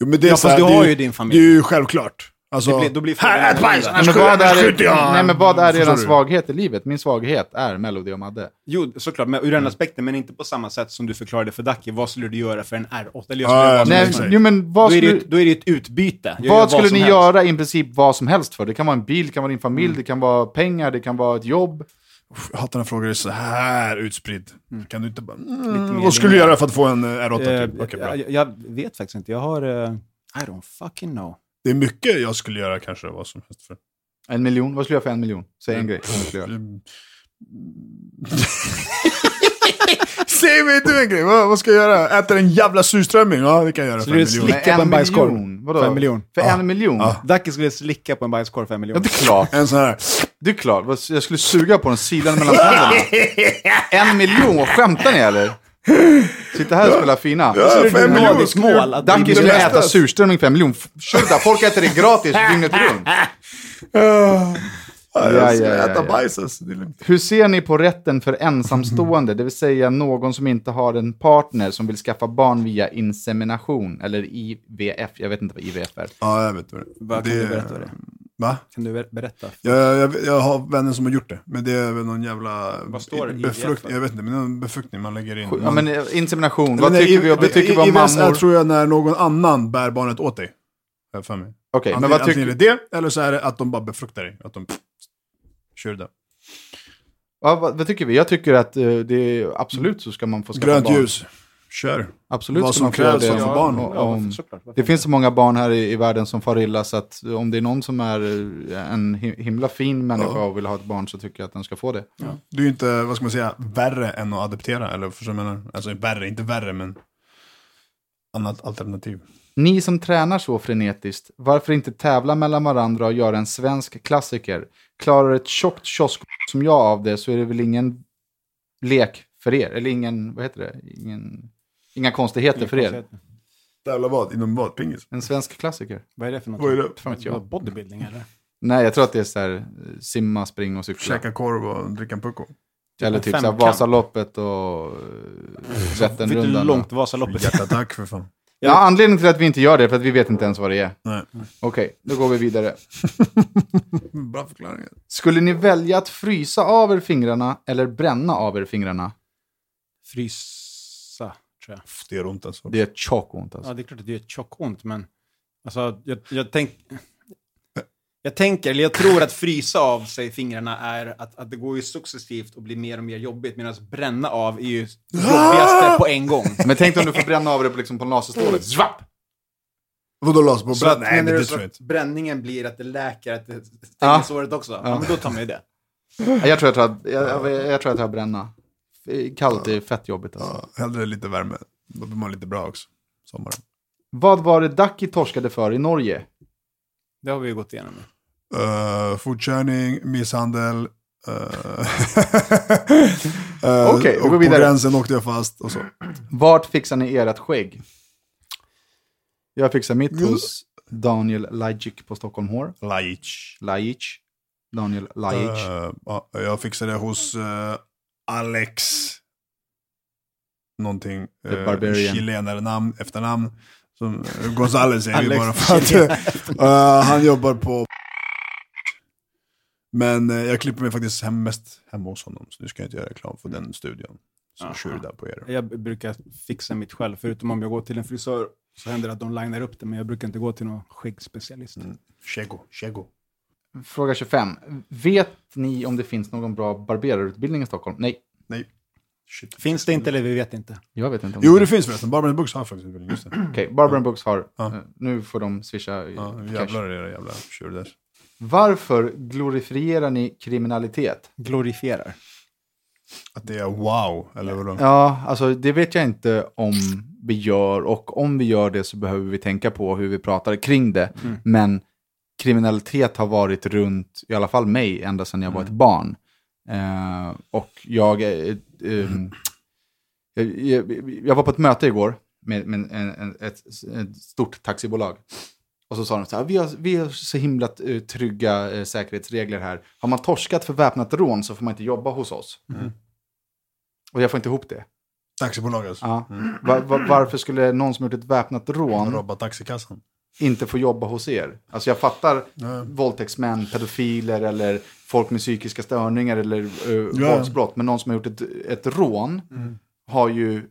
Speaker 5: Jo, men det är
Speaker 4: Ja,
Speaker 5: så
Speaker 4: fast
Speaker 5: här,
Speaker 4: du
Speaker 5: det är
Speaker 4: har ju din familj.
Speaker 5: Det är ju självklart. Alltså,
Speaker 4: Det blir- då blir
Speaker 5: här, ät
Speaker 4: frågan
Speaker 5: bajs,
Speaker 4: annorlunda.
Speaker 5: annars
Speaker 3: Nej, men vad
Speaker 5: skjuter
Speaker 3: är,
Speaker 5: jag.
Speaker 3: nej, men vad är
Speaker 5: Förstår
Speaker 3: eran
Speaker 5: du?
Speaker 3: svaghet i livet? Min svaghet är Melody och Madde.
Speaker 4: Jo, såklart, men ur den aspekten, men inte på samma sätt som du förklarade för Dacke. Vad skulle du göra för en R8? Eller jag skulle
Speaker 5: Ja,
Speaker 4: göra
Speaker 5: ja,
Speaker 4: vad
Speaker 5: men-
Speaker 4: som
Speaker 3: Nej,
Speaker 4: helst.
Speaker 5: säger.
Speaker 3: jo, men vad
Speaker 4: Då är det
Speaker 3: skulle,
Speaker 4: ju ett- då är det ju ett utbyte. Jag gör
Speaker 3: vad skulle
Speaker 4: som
Speaker 3: ni
Speaker 4: helst.
Speaker 3: göra i princip vad som helst för? Det kan vara en bil, det kan vara din familj, det kan vara pengar, det kan vara ett jobb.
Speaker 5: Uff, Jag hatar när frågor är så här utspridd. Kan du inte bara... Mm,
Speaker 4: mer
Speaker 5: vad skulle du
Speaker 4: linjär.
Speaker 5: göra för att få en eh, R8?
Speaker 4: Eh,
Speaker 5: typ? Okej, bra.
Speaker 4: jag, jag vet faktiskt inte. Jag har... eh, I don't fucking know.
Speaker 5: Det är mycket jag skulle göra kanske, vad som helst. För.
Speaker 3: En miljon, vad skulle jag göra för en miljon? Säg en grej. som jag skulle göra.
Speaker 5: [LAUGHS] Säg mig du en grej, vad, vad ska jag göra? Äta en jävla surströmming? Ja, det kan jag göra för
Speaker 4: du
Speaker 5: en
Speaker 4: är
Speaker 5: miljon.
Speaker 4: slick- Slicka på en bajskorv.
Speaker 3: miljon? Vadå?
Speaker 4: För en miljon.
Speaker 3: För en miljon?
Speaker 5: Ah.
Speaker 3: Ja,
Speaker 4: Dacke skulle slicka på en bajskorv för en miljon.
Speaker 3: det är klart.
Speaker 5: En sån här...
Speaker 3: Det är klart. Vad- Jag skulle suga på den sidan mellan
Speaker 5: [LAUGHS]
Speaker 3: tänderna. En miljon? Skämtar ni eller? Sitta här och spela fina.
Speaker 5: Ja, för en miljon.
Speaker 4: Nordisk mål. Att
Speaker 3: Danke
Speaker 4: bli
Speaker 3: skulle
Speaker 4: bemästrad.
Speaker 3: äta surströmming för en miljon. Tjurda, folk äter det gratis dygnet runt.
Speaker 5: Ja,
Speaker 3: Ja,
Speaker 5: jag ska
Speaker 3: ja, ja, ja.
Speaker 5: äta bajs alltså. Det är lugnt.
Speaker 3: Hur ser ni på rätten för ensamstående, det vill säga någon som inte har en partner som vill skaffa barn via insemination eller IVF? Jag vet inte vad IVF är.
Speaker 5: Ja, jag vet vad det
Speaker 4: Vad kan du berätta vad det är?
Speaker 5: Va?
Speaker 4: Kan du ber- berätta?
Speaker 5: Jag, jag, jag har vänner som har gjort det, men det är väl någon jävla...
Speaker 4: Vad står det i
Speaker 5: befrukt,
Speaker 4: för?
Speaker 5: Jag vet inte, men någon befruktning man lägger in.
Speaker 3: Ja,
Speaker 5: Man-
Speaker 3: men eh, insemination,
Speaker 5: Nej,
Speaker 3: vad
Speaker 5: Mm. nej,
Speaker 3: tycker vi,
Speaker 5: i-
Speaker 3: vad tycker vi om
Speaker 5: i- IVS är,
Speaker 3: mammor?
Speaker 5: tror jag när någon annan bär barnet åt dig. Har jag för mig.
Speaker 3: Okej, men
Speaker 5: antingen,
Speaker 3: vad
Speaker 5: antingen
Speaker 3: tycker
Speaker 5: är det det, eller så är det att de bara befruktar dig. Att de pff, kör det.
Speaker 3: Ja, vad, vad tycker vi? Jag tycker att eh, det är, absolut så ska man få skaffa
Speaker 5: Grönt
Speaker 3: barn.
Speaker 5: ljus. Kör.
Speaker 3: Absolut
Speaker 5: Vad
Speaker 3: ska
Speaker 5: som
Speaker 3: man få göra
Speaker 5: krävs
Speaker 3: det.
Speaker 5: för att få barn.
Speaker 3: Om-
Speaker 5: Ja,
Speaker 3: om, det finns så många barn här i, i världen som far illa så att om det är någon som är eh, en hi- himla fin människa och vill ha ett barn så tycker jag att den ska få det.
Speaker 5: Du är ju inte, vad ska man säga, värre än att adoptera. Eller förstår du vad jag menar? Alltså värre, inte värre, men annat alternativ.
Speaker 3: Ni som tränar så frenetiskt, varför inte tävla mellan varandra och göra en svensk klassiker? Klarar ett tjockt kiosk som jag av det så är det väl ingen lek för er, eller ingen, vad heter det, ingen, inga konstigheter för er.
Speaker 5: Tävla vad? Inom vad? Pingis?
Speaker 3: En svensk klassiker.
Speaker 4: Vad är det för något?
Speaker 5: Vad är det?
Speaker 3: Fan vet jag.
Speaker 4: Bodybuilding eller?
Speaker 3: Nej, jag tror att det är så här, eh, simma, springa och cykla.
Speaker 5: Käka korv och dricka en pucko?
Speaker 3: Eller typ
Speaker 4: fem
Speaker 3: såhär
Speaker 4: kamp.
Speaker 3: Vasaloppet och eh,
Speaker 4: Vet du hur
Speaker 3: Vätternrundan.
Speaker 4: långt Vasaloppet är?
Speaker 5: Hjärtattack för fan.
Speaker 3: Ja, anledningen till att vi inte gör det är för att vi vet inte ens vad det är.
Speaker 5: Nej.
Speaker 3: Okej, då går vi vidare. Mm,
Speaker 5: Bra förklaring.
Speaker 3: Skulle ni välja att frysa av er fingrarna eller bränna av er fingrarna?
Speaker 4: Frysa, tror jag.
Speaker 5: Pff, Det gör ont alltså.
Speaker 3: Det är tjock ont alltså.
Speaker 4: Ja, det är klart att det är ett tjockont, men alltså, jag, jag, tänk, jag tänker, eller jag tror att frysa av sig fingrarna är att, att det går ju successivt och blir mer och mer jobbigt, medan bränna av är ju jobbigaste på en gång.
Speaker 3: Men tänk dig om du får bränna av det på, liksom, på laserstrålet.
Speaker 4: [LAUGHS]
Speaker 3: Zvapp!
Speaker 5: Vadå las på
Speaker 4: Så att,
Speaker 5: brand?
Speaker 4: Nej,
Speaker 5: Nej,
Speaker 4: menar
Speaker 5: men
Speaker 4: du
Speaker 5: det
Speaker 4: så
Speaker 5: tror jag
Speaker 4: att
Speaker 5: inte.
Speaker 4: bränningen blir att det läker, att det stänger
Speaker 3: Ja.
Speaker 4: såret också? Ja. men då tar man ju det.
Speaker 3: Ja, Jag tror jag tar, jag, jag, jag tror jag tar bränna. Kallt är fett jobbigt alltså.
Speaker 5: Ja, hellre lite värme. Då blir man lite bra också. Sommaren.
Speaker 3: Vad var det Ducky torskade för i Norge?
Speaker 4: Det har vi ju gått igenom. nu.
Speaker 5: Uh, fortkörning, misshandel. Uh, [LAUGHS]
Speaker 3: Okej, vi
Speaker 5: och
Speaker 3: går
Speaker 5: på
Speaker 3: vidare.
Speaker 5: gränsen åkte jag fast och så.
Speaker 3: Vart fixar ni ert skägg? Jag fixar mitt hos Daniel Lajic på Stockholm Hår.
Speaker 5: Lajic.
Speaker 3: Lajic. Daniel Lajic.
Speaker 5: Uh, ja, jag fixade det hos eh, Alex. Någonting.
Speaker 3: The
Speaker 5: eh,
Speaker 3: Barbarian.
Speaker 5: Chilenare namn, efternamn. Som, eh, Gonzales är vi
Speaker 4: Alex
Speaker 5: bara för att [LAUGHS] eh, han jobbar på... Men eh, jag klipper mig faktiskt hem, mest hemma hos honom. Så nu ska jag inte göra reklam för den studion. så kör vi där på er.
Speaker 4: Jag brukar fixa mitt själv, förutom om jag går till en frisör så händer det att de linar upp det, men jag brukar inte gå till någon skäggspecialist.
Speaker 5: Chego, chego.
Speaker 3: Fråga 25. Vet ni om det finns någon bra barberarutbildning i Stockholm? Nej,
Speaker 5: Nej. Shit.
Speaker 4: Finns det inte eller vi vet inte.
Speaker 3: jag vet inte om
Speaker 5: Jo, det finns förresten. Barbara Bucks har faktiskt utbildning,
Speaker 3: [CLEARS THROAT]
Speaker 5: just det.
Speaker 3: Okej, Barber and Books har...
Speaker 5: Ja.
Speaker 3: eh, Nu får de swisha eh,
Speaker 5: Ja,
Speaker 3: cash.
Speaker 5: jävlar era jävla kör där.
Speaker 3: Varför glorifierar ni kriminalitet?
Speaker 4: Glorifierar.
Speaker 5: Att det är wow, eller vadå?
Speaker 3: Ja, alltså det vet jag inte om vi gör och om vi gör det så behöver vi tänka på hur vi pratar kring det. Men kriminalitet har varit runt, i alla fall mig, ända sedan jag var ett barn. Eh, och jag, eh, ehm, jag, jag, jag var på ett möte igår med, med en, en, ett, ett stort taxibolag. Och så sa de så här, vi har, vi har så himla eh, trygga eh, säkerhetsregler här. Har man torskat för väpnat rån så får man inte jobba hos oss. Och jag får inte ihop det.
Speaker 5: Taxibolag alltså.
Speaker 3: Ja. Va- va- varför skulle någon som gjort ett väpnat rån
Speaker 5: Robba taxikassan.
Speaker 3: inte få jobba hos er? Alltså jag fattar
Speaker 5: Ja.
Speaker 3: våldtäktsmän, pedofiler eller folk med psykiska störningar eller eh,
Speaker 5: Ja.
Speaker 3: våldsbrott. Men någon som har gjort ett, ett rån har ju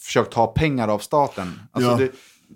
Speaker 3: försökt ta pengar av staten. Alltså
Speaker 5: Ja.
Speaker 3: det,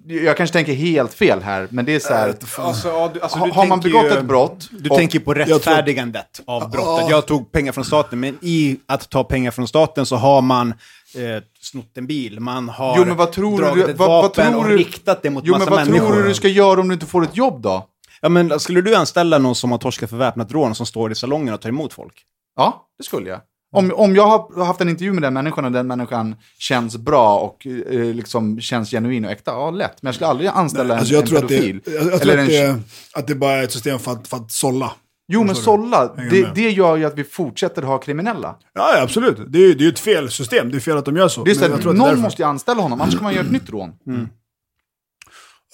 Speaker 3: jag kanske tänker helt fel här, men det är så här.
Speaker 4: Alltså, ja, du, alltså,
Speaker 3: har
Speaker 4: du
Speaker 3: har man
Speaker 4: tänker ju-
Speaker 3: begått ett brott
Speaker 4: Du
Speaker 3: och-
Speaker 4: tänker på rättfärdigandet av brottet. Jag tog pengar från staten, men i att ta pengar från staten så har man eh, snott en bil, man har
Speaker 3: Jo men vad tror du,
Speaker 4: dragit
Speaker 3: vad,
Speaker 4: ett
Speaker 3: vad
Speaker 4: vapen
Speaker 3: tror
Speaker 4: och
Speaker 3: du,
Speaker 4: riktat det mot
Speaker 3: jo,
Speaker 4: massa
Speaker 3: men vad
Speaker 4: människor.
Speaker 3: tror du du ska göra om du inte får ett jobb då?
Speaker 4: Ja, men skulle du anställa någon som har torskat för väpnat rån som står i salongen och tar emot folk?
Speaker 3: Ja, det skulle jag.
Speaker 5: Mm.
Speaker 3: Om, om jag har haft en intervju med den människan och den människan känns bra och eh, liksom känns genuin och äkta, ja lätt. Men jag skulle aldrig anställa en,
Speaker 5: Alltså jag
Speaker 3: en
Speaker 5: tror, att det,
Speaker 3: pedofil.
Speaker 5: jag, jag tror
Speaker 3: Eller
Speaker 5: att,
Speaker 3: en,
Speaker 5: det, att det bara är ett system för att, för att sålla.
Speaker 3: jo men
Speaker 5: Sorry.
Speaker 3: sålla,
Speaker 5: Hänger
Speaker 3: det,
Speaker 5: med.
Speaker 3: det gör ju att vi fortsätter ha kriminella.
Speaker 5: Ja, ja, absolut. Det är ju det är ju ett fel system. Det är fel att de gör så.
Speaker 3: Det är så
Speaker 5: Men
Speaker 3: här,
Speaker 5: jag tror att det är
Speaker 3: någon
Speaker 5: därför. Mm.
Speaker 3: måste ju anställa honom, annars kommer han göra ett nytt rån.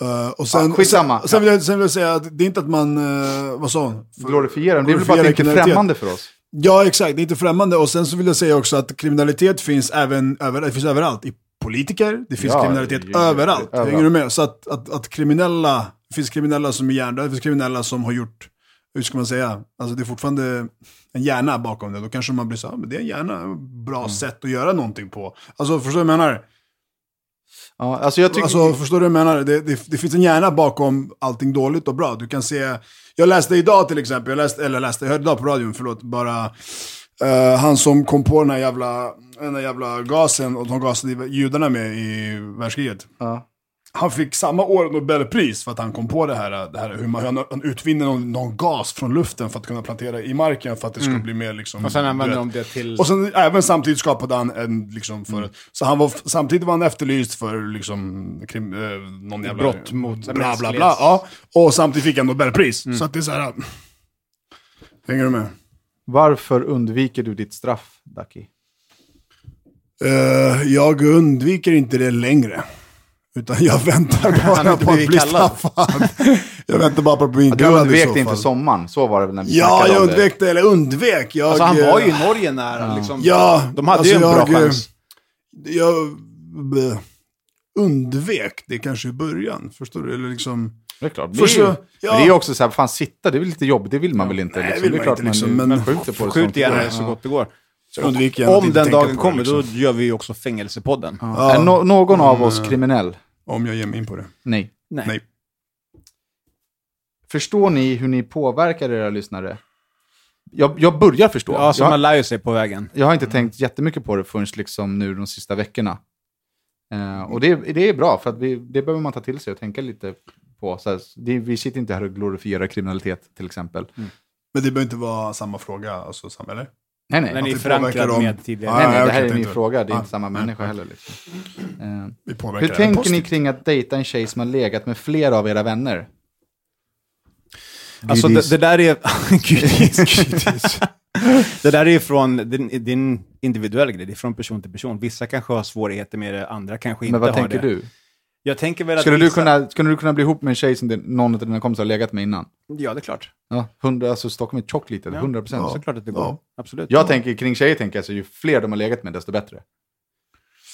Speaker 5: Eh, och sen,
Speaker 3: Ja, skitsamma.
Speaker 5: Sen, sen, vill jag, sen vill jag säga att det är inte att man, eh, vad sa hon?
Speaker 3: Glorifiera dem, det är väl bara att det inte är
Speaker 5: kriminalitet.
Speaker 3: främmande för oss.
Speaker 5: Ja, exakt. Det är inte främmande. Och sen så vill jag säga också att kriminalitet finns, även, över, det finns överallt. I politiker, det finns
Speaker 3: Ja,
Speaker 5: kriminalitet
Speaker 3: det-
Speaker 5: överallt.
Speaker 3: överallt.
Speaker 5: Hänger du med? Så att, att, att kriminella, det finns kriminella som är hjärndöda, det finns kriminella som har gjort, hur ska man säga, alltså det är fortfarande en hjärna bakom det. Då kanske man blir så här, men det är en hjärna, ett bra
Speaker 3: Mm.
Speaker 5: sätt att göra någonting på. Alltså förstår du vad jag menar?
Speaker 3: Ja, alltså jag tycker...
Speaker 5: Alltså, förstår du vad jag menar? Det, det, det finns en hjärna bakom allting dåligt och bra. Du kan se, jag läste idag till exempel, jag läste, eller läste, jag hörde idag på radion, förlåt, bara eh, han som kom på den här jävla, den här jävla gasen och de gasade judarna med i världskriget.
Speaker 3: Ja.
Speaker 5: Han fick samma år Nobelpris för att han kom på det här, det här hur man, hur han, han utvinner någon, någon gas från luften för att kunna plantera i marken för att det ska bli mer liksom...
Speaker 4: Mm. Och sen
Speaker 5: du
Speaker 4: använder
Speaker 5: vet.
Speaker 4: de det till... Mm.
Speaker 5: Och sen även samtidigt skapade han en, liksom, för, Så han var, samtidigt var han efterlyst för, liksom, krim, eh, någon jävla...
Speaker 4: Brott mot Mm.
Speaker 5: Bla, bla, bla.
Speaker 4: mänsklighets-
Speaker 5: Ja. Och samtidigt fick han Nobelpris. Så att det är så här... Hänger du med?
Speaker 3: Varför undviker du ditt straff, Ducky?
Speaker 5: Eh, jag undviker inte det längre. Utan jag [LAUGHS] väntar bara
Speaker 4: inte
Speaker 5: på att
Speaker 4: blivit
Speaker 5: bli
Speaker 4: kallad.
Speaker 5: straffad. jag väntar bara på att bli
Speaker 3: Du
Speaker 5: inkallad
Speaker 3: undvek
Speaker 5: i
Speaker 3: det
Speaker 5: så
Speaker 3: inför
Speaker 5: fall.
Speaker 3: sommaren, så var det väl när vi
Speaker 5: Ja,
Speaker 3: snackade
Speaker 5: jag
Speaker 3: om det.
Speaker 5: undvek det. Eller undvek. Jag,
Speaker 4: Alltså han var ju
Speaker 5: eh,
Speaker 4: i Norge när han liksom...
Speaker 5: Ja,
Speaker 4: De hade ju en bra
Speaker 3: alltså,
Speaker 5: jag, eh,
Speaker 4: chans.
Speaker 5: Jag b- undvek det kanske i början, förstår du? Eller liksom...
Speaker 3: Det är klart.
Speaker 5: Först
Speaker 3: det, är ju,
Speaker 5: så- ja.
Speaker 3: men det är ju också så här, fan sitta, det är väl lite jobb, det vill man väl inte.
Speaker 5: Nej,
Speaker 3: liksom.
Speaker 5: vill
Speaker 3: det är
Speaker 5: man
Speaker 3: klart
Speaker 5: inte, liksom,
Speaker 3: man,
Speaker 5: men-
Speaker 3: man skjuter på det.
Speaker 4: Skjut
Speaker 3: sånt.
Speaker 4: ihjäl
Speaker 3: Ja.
Speaker 4: det så gott det går.
Speaker 5: Så jag undviker gärna att
Speaker 4: Om
Speaker 5: inte
Speaker 4: den
Speaker 5: tänka på
Speaker 4: dagen
Speaker 5: det,
Speaker 4: kommer, då
Speaker 5: liksom.
Speaker 4: gör vi ju också Fängelsepodden.
Speaker 3: Är no någon av oss kriminell?
Speaker 5: Om jag ger mig in på det.
Speaker 3: Nej.
Speaker 5: Mm. Nej.
Speaker 3: Förstår ni hur ni påverkar era lyssnare? Jag, jag börjar förstå.
Speaker 4: Ja, så
Speaker 3: jag,
Speaker 4: man lär ju sig på vägen.
Speaker 3: jag har inte tänkt jättemycket på det förrän liksom nu de sista veckorna. Eh, och det, det är bra, för att vi, det behöver man ta till sig och tänka lite på. Så här, det, vi sitter inte här och glorifierar kriminalitet till exempel.
Speaker 5: Mm. Men det behöver inte vara samma fråga, alltså, samma, eller?
Speaker 3: Nej, nej.
Speaker 4: När ni är
Speaker 5: vi påverkar
Speaker 4: förankrad
Speaker 5: dem.
Speaker 4: med tidigare.
Speaker 5: Ja,
Speaker 3: nej, nej,
Speaker 5: ja,
Speaker 3: det
Speaker 5: Ah, okej,
Speaker 3: här är
Speaker 5: jag
Speaker 3: min
Speaker 5: tänkte- Ah,
Speaker 3: fråga, det är
Speaker 5: Ja,
Speaker 3: inte samma
Speaker 5: ja,
Speaker 3: människa
Speaker 5: ja.
Speaker 3: heller. Liksom. Eh,
Speaker 5: Vi påverkar
Speaker 3: Hur
Speaker 5: den
Speaker 3: tänker ni
Speaker 5: positivt.
Speaker 3: kring att dejta en tjej som har legat med flera av era vänner?
Speaker 4: Alltså
Speaker 3: Gudis.
Speaker 4: det, det där är...
Speaker 3: [LAUGHS]
Speaker 4: Gudis, gudis. [LAUGHS] det där är ju från din, din individuell grej, det är från person till person. Vissa kanske har svårigheter med det, andra kanske inte
Speaker 3: Men vad
Speaker 4: har
Speaker 3: tänker
Speaker 4: det.
Speaker 3: du?
Speaker 4: Jag tänker väl att
Speaker 3: Skulle du,
Speaker 4: vissa-
Speaker 3: kunna, skulle du kunna bli ihop med en tjej som din, någon av dina kompisar har legat med innan?
Speaker 4: Ja, det är klart.
Speaker 3: Ja, 100, alltså Stockholm är tjockt litet, 100 procent.
Speaker 4: Ja, såklart att det går.
Speaker 5: Ja.
Speaker 4: Absolut.
Speaker 3: Jag tänker, kring tjejer tänker jag, alltså, ju fler de har legat med, desto bättre.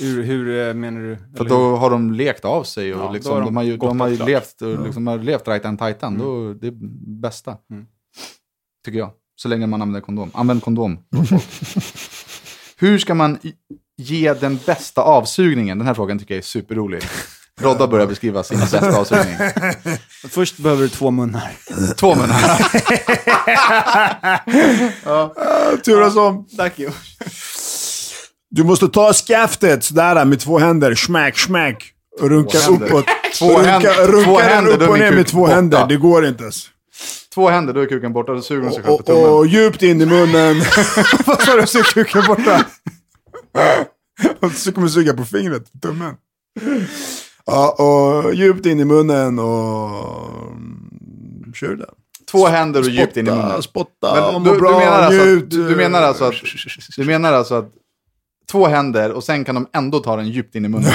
Speaker 4: Hur, hur eh, menar du?
Speaker 3: För
Speaker 4: Eller
Speaker 3: då har de lekt av sig och
Speaker 4: Ja, då
Speaker 3: liksom,
Speaker 4: har
Speaker 3: de,
Speaker 4: de
Speaker 3: har ju,
Speaker 4: gått
Speaker 3: de har ju
Speaker 4: åt klart. Mm.
Speaker 3: levt, och liksom, har levt right and titan. Då, det är bästa,
Speaker 4: [LAUGHS]
Speaker 3: tycker jag. Så länge man använder kondom. Använd kondom. gott folk. Hur ska man i- ge den bästa avsugningen? Den här frågan tycker jag är superrolig. Rodda börjar beskriva
Speaker 4: [LAUGHS]
Speaker 3: sin bästa avsugning.
Speaker 4: Först behöver du
Speaker 3: [LAUGHS]
Speaker 4: två munnar.
Speaker 3: Två
Speaker 4: [LAUGHS]
Speaker 3: munnar.
Speaker 5: Turas om.
Speaker 4: Tack Georg.
Speaker 5: Du måste ta skaftet sådär med två händer. Smack, smack. Runka
Speaker 3: Två händer.
Speaker 5: uppåt.
Speaker 3: [LAUGHS] Två
Speaker 5: runka,
Speaker 3: händer.
Speaker 5: Runka
Speaker 3: Två
Speaker 5: den
Speaker 3: händer, då
Speaker 5: upp
Speaker 3: är
Speaker 5: och
Speaker 3: min
Speaker 5: ner med
Speaker 3: kuk
Speaker 5: två
Speaker 3: borta.
Speaker 5: händer. Det går inte ens.
Speaker 3: Två händer, då är kuken borta. Då suger hon sig själv på
Speaker 5: Och,
Speaker 3: tummen.
Speaker 5: och djupt in i munnen.
Speaker 3: [LAUGHS]
Speaker 5: Vad sa du? Så är kuken borta. Och så kommer du suga på fingret, tummen. Ja, och djupt in i munnen och... mm, Kör det.
Speaker 3: Två händer och djupt in i munnen.
Speaker 5: Spotta, spotta.
Speaker 3: Men du, du, menar alltså att, du, du menar alltså att... Du menar alltså att... Två händer och sen kan de ändå ta den djupt in i [LAUGHS] munnen.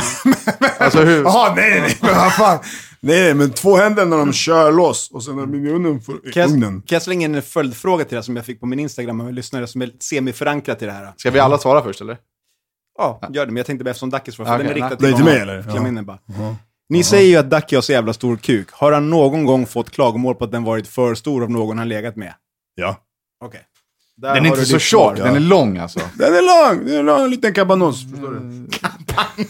Speaker 3: alltså hur...
Speaker 5: Jaha, nej, nej, nej, men vad fan. Nej, nej, men två händer när de kör loss och sen när de är i ugnen. för- i
Speaker 4: Kan jag,
Speaker 5: ugnen.
Speaker 4: kan jag slänga in en följdfråga till det här som jag fick på min Instagram av en lyssnare som är semiförankrat i det här?
Speaker 3: Ska vi alla svara först eller?
Speaker 4: Ja, gör det. Men jag tänkte bara eftersom Dackis var för
Speaker 3: Okej,
Speaker 4: den är riktad
Speaker 3: nej.
Speaker 5: Det är till
Speaker 4: honom.
Speaker 5: mig, eller?
Speaker 4: Kläm
Speaker 5: Ja.
Speaker 4: in den bara. Ni säger ju att Ducky har så jävla stor kuk. Har han någon gång fått klagomål på att den varit för stor av någon han legat med?
Speaker 5: Ja.
Speaker 4: Okej.
Speaker 3: Den är inte så tjock, den är lång [LAUGHS] alltså.
Speaker 5: Den är lång, den är lång, en liten kabanoss. Förstår
Speaker 3: Mm.
Speaker 5: du?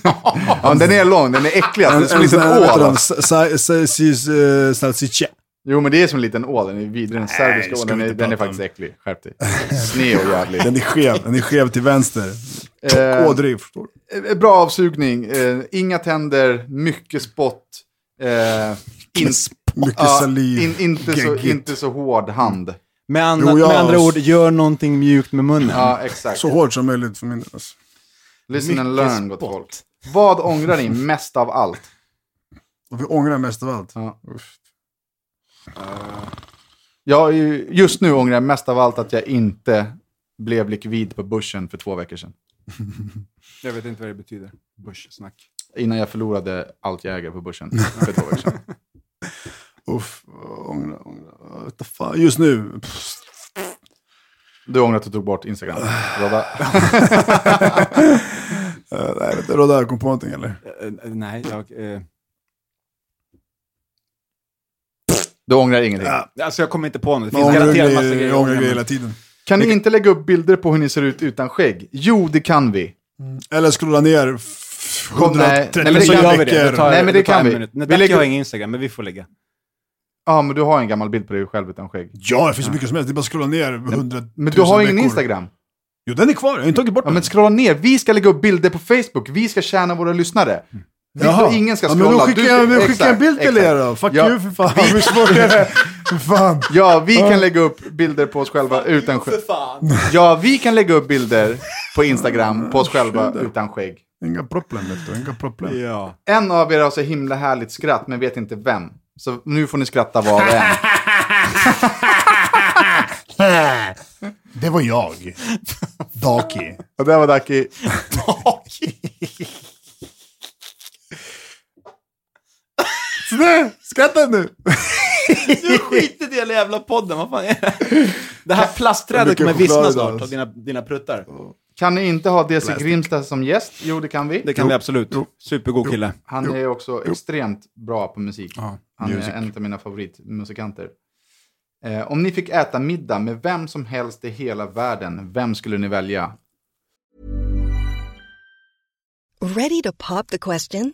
Speaker 3: Ja, men den är lång, den är äcklig. Alltså. Det är som en liten
Speaker 5: sån här, vet
Speaker 3: ål.
Speaker 5: du,
Speaker 3: Alltså.
Speaker 5: sa- sa- sa- sis- eh, Salsiccia.
Speaker 3: Jo, men det är som en liten ål. Den är vidrig, den serbiska
Speaker 5: ska
Speaker 3: ålen. Den,
Speaker 5: vi
Speaker 3: är-
Speaker 5: inte
Speaker 3: den är
Speaker 5: prata om.
Speaker 3: faktiskt äcklig. Skärp [LAUGHS] dig. Sned och jävlig.
Speaker 5: Den är skev, den är skev till vänster.
Speaker 3: Eh,
Speaker 5: Ådrig, förstår du?
Speaker 3: Eh, Bra avsugning, eh, inga tänder, mycket spott. Eh, in,
Speaker 5: Mycket
Speaker 3: ja,
Speaker 5: saliv.
Speaker 3: in, inte, så,
Speaker 5: Geggigt.
Speaker 3: inte så hård hand.
Speaker 4: Med, an-
Speaker 5: Jo, ja,
Speaker 4: med andra
Speaker 5: och-
Speaker 4: ord, gör någonting mjukt med munnen.
Speaker 3: Ja, exakt.
Speaker 5: Så hårt som möjligt för min del. Alltså.
Speaker 3: Listen and
Speaker 4: mycket
Speaker 3: learn, gott
Speaker 4: spott.
Speaker 3: folk. Vad ångrar ni mest av allt?
Speaker 5: Och vi ångrar mest av allt.
Speaker 3: Ja.
Speaker 5: Uff.
Speaker 3: eh, Jag, är ju- just nu ångrar jag mest av allt att jag inte blev likvid på börsen för två veckor sedan.
Speaker 4: Jag vet inte vad det betyder. Bush-snack.
Speaker 3: Innan jag förlorade allt jag äger på börsen för två veckor sedan.
Speaker 5: Uff, ångra, ångra. Vet du fan. Just nu, pff,
Speaker 3: Du ångrar att du tog bort Instagram? Rodda?
Speaker 5: eh, nej, vet du, Rodda, kom på någonting eller?
Speaker 4: nej, jag... eh,
Speaker 3: Du ångrar ingenting?
Speaker 4: alltså jag kommer inte på något. Det
Speaker 5: Man
Speaker 4: finns
Speaker 5: ångrar
Speaker 4: garanterat massa
Speaker 5: grejer,
Speaker 4: grejer.
Speaker 5: jag
Speaker 4: jag
Speaker 5: ångrar grejer
Speaker 4: ångrar
Speaker 5: hela
Speaker 4: mig.
Speaker 5: tiden.
Speaker 3: Kan ni inte lägga upp bilder på hur ni ser ut utan skägg? Jo, det kan vi.
Speaker 5: Eller scrolla ner f-
Speaker 3: Kom, nej.
Speaker 5: 130
Speaker 3: Nej, men
Speaker 4: Så
Speaker 3: det
Speaker 4: gör vi
Speaker 5: veckor.
Speaker 4: det. det tar,
Speaker 3: Nej, men det
Speaker 4: tar
Speaker 3: kan
Speaker 4: en
Speaker 3: vi.
Speaker 4: minut.
Speaker 3: Vi
Speaker 4: Nej, Ducky
Speaker 3: lägger-
Speaker 4: har ingen Instagram, men vi får lägga.
Speaker 3: Ja, men du har en gammal bild på dig själv utan skägg.
Speaker 5: Ja, det finns hur mycket som helst. Det är bara att scrolla ner 100 000
Speaker 3: Men du har ingen
Speaker 5: veckor.
Speaker 3: Instagram.
Speaker 5: Jo, den är kvar. Jag har inte tagit bort
Speaker 3: Ja,
Speaker 5: den.
Speaker 3: men scrolla ner. Vi ska lägga upp bilder på Facebook. Vi ska tjäna våra lyssnare. Vi,
Speaker 5: Jaha.
Speaker 3: Ingen ska
Speaker 5: Ja,
Speaker 3: scrolla.
Speaker 5: men då
Speaker 3: Du
Speaker 5: skickar
Speaker 3: ska-
Speaker 5: jag, jag
Speaker 3: exakt,
Speaker 5: skickar en bild till
Speaker 3: exakt.
Speaker 5: er då. Fuck
Speaker 3: Ja.
Speaker 5: you för fan. [LAUGHS] Hur svårt
Speaker 3: [LAUGHS]
Speaker 5: är det? För fan.
Speaker 3: Ja, vi kan lägga upp bilder på oss själva utan skägg. Ja, vi kan lägga upp bilder på Instagram på oss själva utan skägg.
Speaker 5: Inga problem, vet du. Inga problem.
Speaker 4: Ja.
Speaker 3: En av er har så himla härligt skratt, men vet inte vem. Så nu får ni skratta var och
Speaker 5: [LAUGHS]
Speaker 3: en.
Speaker 5: Det var jag. Daki.
Speaker 3: Och där var Daki.
Speaker 5: Sådär, skratta [LAUGHS] nu.
Speaker 4: Du skiter i hela jävla podden, vad fan är det?
Speaker 3: [LAUGHS]
Speaker 4: Det här plastträdet
Speaker 5: Mycket
Speaker 4: kommer vissna
Speaker 5: choklad
Speaker 4: snart
Speaker 3: alltså.
Speaker 5: idag.
Speaker 4: av dina, dina pruttar.
Speaker 3: Kan ni inte ha DC Grimsta som gäst? Jo, det kan vi.
Speaker 4: Det kan vi absolut. Supergod kille.
Speaker 3: Han är ju också extremt bra på musik. Han
Speaker 5: music.
Speaker 3: är en av mina favoritmusikanter. Eh, om ni fick äta middag med vem som helst i hela världen, vem skulle ni välja?
Speaker 2: Ready to pop the question?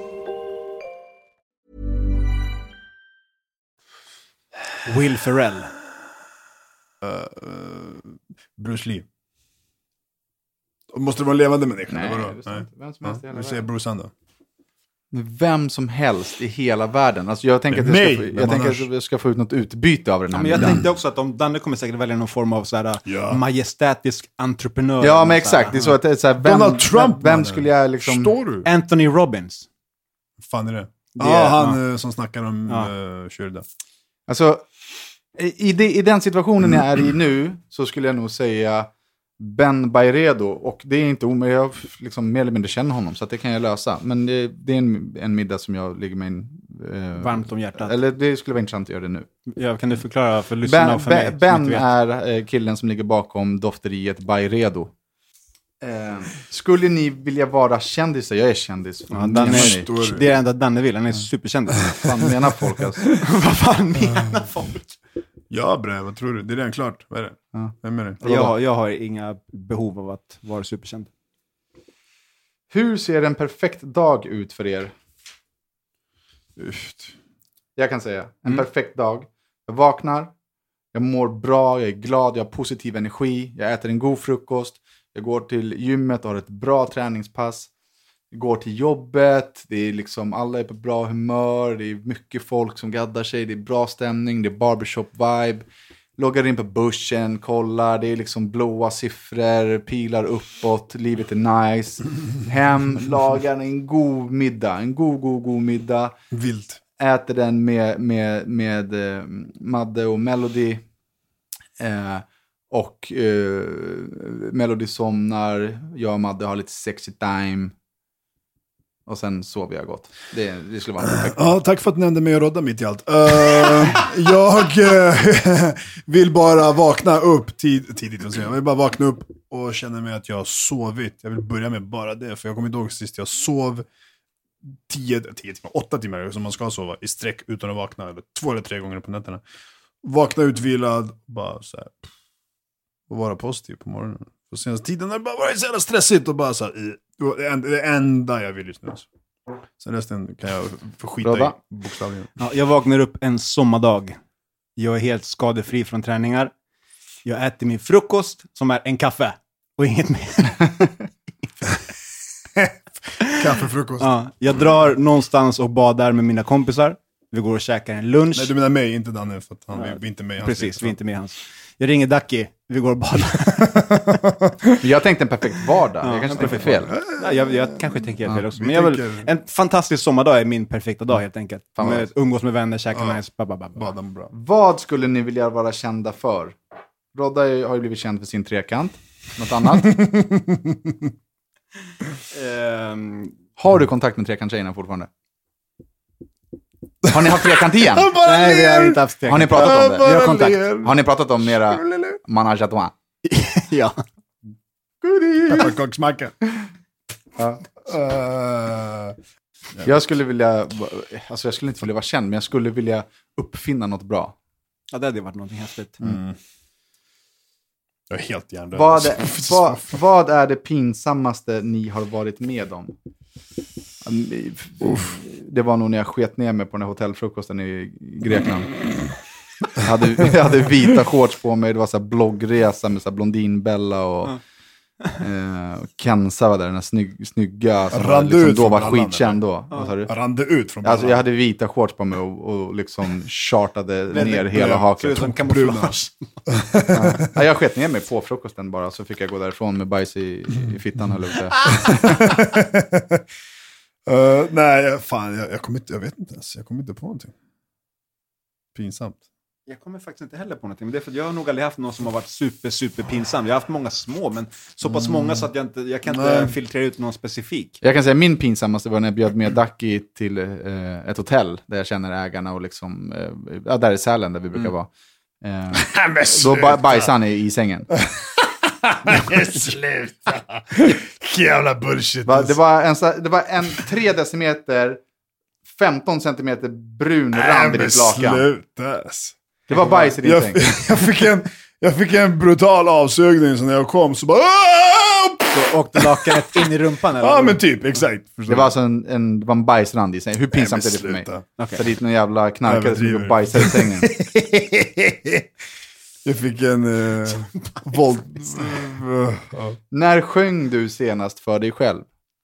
Speaker 4: Will Ferrell.
Speaker 5: Eh, Bruce Lee. Måste det vara en levande människa?
Speaker 3: Nej,
Speaker 5: Vadå?
Speaker 3: visst inte. Vem som helst i hela
Speaker 5: Vi säger Bruce Sand då.
Speaker 3: Vem som helst i hela världen. Alltså jag tänker att jag
Speaker 5: Mig,
Speaker 3: ska, få,
Speaker 5: vem
Speaker 3: jag tänker
Speaker 5: annars?
Speaker 3: att jag ska få ut något utbyte av den
Speaker 4: Ja,
Speaker 3: här
Speaker 4: men jag
Speaker 3: middagen.
Speaker 4: tänkte också att de, Danne kommer säkert välja någon form av så här,
Speaker 5: Ja.
Speaker 4: majestätisk entreprenör.
Speaker 3: Ja,
Speaker 4: Så
Speaker 3: men
Speaker 4: här,
Speaker 3: exakt. Det är så att, det är så här, vem,
Speaker 5: Donald Trump,
Speaker 3: vem, vem
Speaker 5: mannen.
Speaker 3: skulle jag liksom...
Speaker 5: Förstår du?
Speaker 4: Anthony Robbins.
Speaker 5: fan är det? Ja,
Speaker 4: är-
Speaker 5: han
Speaker 4: ja.
Speaker 5: eh, som snackar om eh,
Speaker 4: Ja.
Speaker 5: ja. kyrda.
Speaker 3: Alltså, i, i det- i den situationen jag är i nu så skulle jag nog säga Ben Bairedo. Och det är inte omöjligt, jag liksom mer eller mindre känner honom så att det kan jag lösa. Men det, det är en, en middag som jag ligger mig in, eh,
Speaker 4: Varmt om hjärtat.
Speaker 3: Eller det skulle vara intressant att göra det nu.
Speaker 4: Ja, kan du förklara för lyssnarna
Speaker 3: Ben,
Speaker 4: och för mig?
Speaker 3: ben,
Speaker 4: som inte
Speaker 3: ben
Speaker 4: vet?
Speaker 3: är eh, killen som ligger bakom dofteriet Bairedo. Eh, skulle ni vilja vara kändisar? Jag är kändis.
Speaker 4: Ja,
Speaker 3: Vad
Speaker 4: Danne,
Speaker 3: menar
Speaker 5: är-
Speaker 3: ni?
Speaker 5: Förstår du?
Speaker 4: det är det enda Danne vill, han är superkändis.
Speaker 3: [LAUGHS] Vad fan menar folk alltså?
Speaker 4: Vad fan menar folk?
Speaker 5: Ja bre, vad tror du? Det är redan klart. Vad är det?
Speaker 3: Ja.
Speaker 5: Vem är det?
Speaker 4: Jag, jag har inga behov av att vara superkänd.
Speaker 3: Hur ser en perfekt dag ut för er?
Speaker 5: Uft.
Speaker 3: Jag kan säga. En perfekt dag. Jag vaknar, jag mår bra, jag är glad, jag har positiv energi, jag äter en god frukost, jag går till gymmet och har ett bra träningspass, jag går till jobbet, det är liksom, alla är på bra humör, det är mycket folk som gaddar sig, det är bra stämning, det är barbershop-vibe. Loggar in på börsen, kollar, det är liksom blåa siffror, pilar uppåt, livet är nice. Hem, lagar en god middag, en god, god, god middag
Speaker 5: Vilt.
Speaker 3: äter den med, med, med eh, Madde och Melody. Eh, och eh, Melody somnar, jag och Madde har lite sexy time. Och sen sover jag gott. Det, det skulle vara en [LAUGHS] perfekt.
Speaker 5: Ja, tack för att du nämnde mig och Rodda mitt i allt. Eh, [LAUGHS] jag eh, [LAUGHS] vill bara vakna upp tid, tidigt, vad säger jag? jag vill bara vakna upp och känna mig att jag har sovit. Jag vill börja med bara det, för jag kommer inte ihåg sist jag sov 10, 10 timmar, 8 timmar som man ska sova i sträck utan att vakna, eller två eller tre gånger på nätterna. Vakna utvilad, bara så här, pff, och vara positiv på morgonen. På senaste tiden har det bara varit så jävla stressigt och bara så här, eh, det var det en- det enda jag vill just nu. alltså. Sen resten kan jag få skita i,
Speaker 3: Rodda?
Speaker 5: bokstavligen.
Speaker 4: Ja, jag vaknar upp en sommardag. Jag är helt skadefri från träningar. Jag äter min frukost, som är en kaffe. Och
Speaker 5: [LAUGHS]
Speaker 4: inget mer.
Speaker 5: Kaffefrukost.
Speaker 4: Ja, jag drar någonstans och badar med mina kompisar. Vi går och käkar en lunch.
Speaker 5: Nej, du menar mig, inte Danne, för att han, vi, vi är inte med i hans
Speaker 4: Precis,
Speaker 5: lista.
Speaker 4: vi är inte med i hans. Jag ringer Ducky, vi går och badar.
Speaker 3: Jag tänkte en perfekt vardag. jag kanske tänker fel.
Speaker 4: Ja, jag, jag kanske tänker helt fel också.
Speaker 5: vi
Speaker 4: Men jag vill,
Speaker 5: tänker-
Speaker 4: en fantastisk sommardag är min perfekta dag helt enkelt.
Speaker 3: Fan vad
Speaker 4: Med,
Speaker 3: nice.
Speaker 4: umgås med vänner, käka nice, ba, ba, ba, ba.
Speaker 5: Bada mår bra.
Speaker 3: Vad skulle ni vilja vara kända för? Rodda är- har ju blivit känd för sin trekant. Något [LAUGHS] annat?
Speaker 4: Ehm,
Speaker 3: Har du kontakt med trekanttjejerna fortfarande? Har ni haft trekant [LAUGHS] igen?
Speaker 4: nej, vi har inte haft trekant.
Speaker 3: Har ni pratat om det?
Speaker 5: Jag bara
Speaker 3: Vi har kontakt.
Speaker 5: ler.
Speaker 3: Har ni pratat om era manage à trois?
Speaker 4: ja.
Speaker 5: Pepparkaksmacka. Eh,
Speaker 3: Jag skulle vilja, alltså jag skulle inte vilja vara känd, men jag skulle vilja uppfinna något bra.
Speaker 4: ja, det hade varit någonting häftigt.
Speaker 5: Mm. Jag är helt hjärndöd.
Speaker 3: Vad,
Speaker 5: [LAUGHS]
Speaker 3: vad, vad är det pinsammaste ni har varit med om? Ehm, Det var nog när jag sket ner mig på den här hotellfrukosten i
Speaker 5: [LAUGHS]
Speaker 3: Grekland. Jag hade, jag hade vita shorts på mig, det var så här bloggresa med så här Blondinbella och, eh, och Kenza var där, den här snygg, snygga som var,
Speaker 5: Rann du
Speaker 3: liksom,
Speaker 5: ut
Speaker 3: då
Speaker 5: från
Speaker 3: var
Speaker 5: brallan,
Speaker 3: skitkänd då. Vad sa du?
Speaker 5: Jag rann det ut från
Speaker 3: Alltså
Speaker 5: ballan.
Speaker 3: jag hade vita shorts på mig och, och
Speaker 5: [LAUGHS]
Speaker 3: liksom chartade ner
Speaker 5: blöt.
Speaker 3: hela
Speaker 5: Ser
Speaker 3: haken.
Speaker 5: ut som
Speaker 4: Kamouflage.
Speaker 3: Ja, jag sket ner mig på frukosten bara, så fick jag gå därifrån med bajs i, i fittan höll jag på att säga.
Speaker 5: [LAUGHS] Eh, nej, fan, jag, jag, kommer inte, jag vet inte ens. Jag kommer inte på någonting. Pinsamt.
Speaker 4: Jag kommer faktiskt inte heller på någonting, men det är för att jag har nog aldrig haft någon som har varit super, super pinsam. Jag har haft många små, men så pass många så att jag inte, jag kan inte
Speaker 5: Mm. Nej.
Speaker 4: filtrera ut någon specifik.
Speaker 3: Jag kan säga min pinsammaste var när jag bjöd med Ducky till eh, ett hotell där jag känner ägarna och liksom, eh, ja, där i Sälen där vi brukar vara. Eh, då ba- bajsade han i, i sängen.
Speaker 5: Sluta! [LAUGHS] Jävla bullshit.
Speaker 3: Va, det var, en, så- det var en 3 decimeter, 15 centimeter brun rand i ditt lakan.
Speaker 5: alltså. Sluta. ass.
Speaker 3: Det var bajs i din
Speaker 5: Jag,
Speaker 3: säng.
Speaker 5: [LAUGHS] jag, fick en, jag fick en brutal avsugning, så när jag kom så bara... "Aah!"
Speaker 4: Så åkte lakanet in i rumpan
Speaker 5: [LAUGHS]
Speaker 4: eller?
Speaker 5: Ja, men typ. Exakt. Förstår
Speaker 3: Det
Speaker 5: du?
Speaker 3: var alltså en, en, det var en bajsrand i sängen. Hur pinsamt
Speaker 5: Nej,
Speaker 3: är det
Speaker 5: men
Speaker 3: för mig?
Speaker 5: sluta.
Speaker 3: Så dit någon jävla knarkare som
Speaker 5: Överdriver.
Speaker 3: bajsade i sängen.
Speaker 5: Jag fick en...
Speaker 3: [LAUGHS]
Speaker 5: Uh, volt... [LAUGHS] ja.
Speaker 3: När sjöng du senast för dig själv?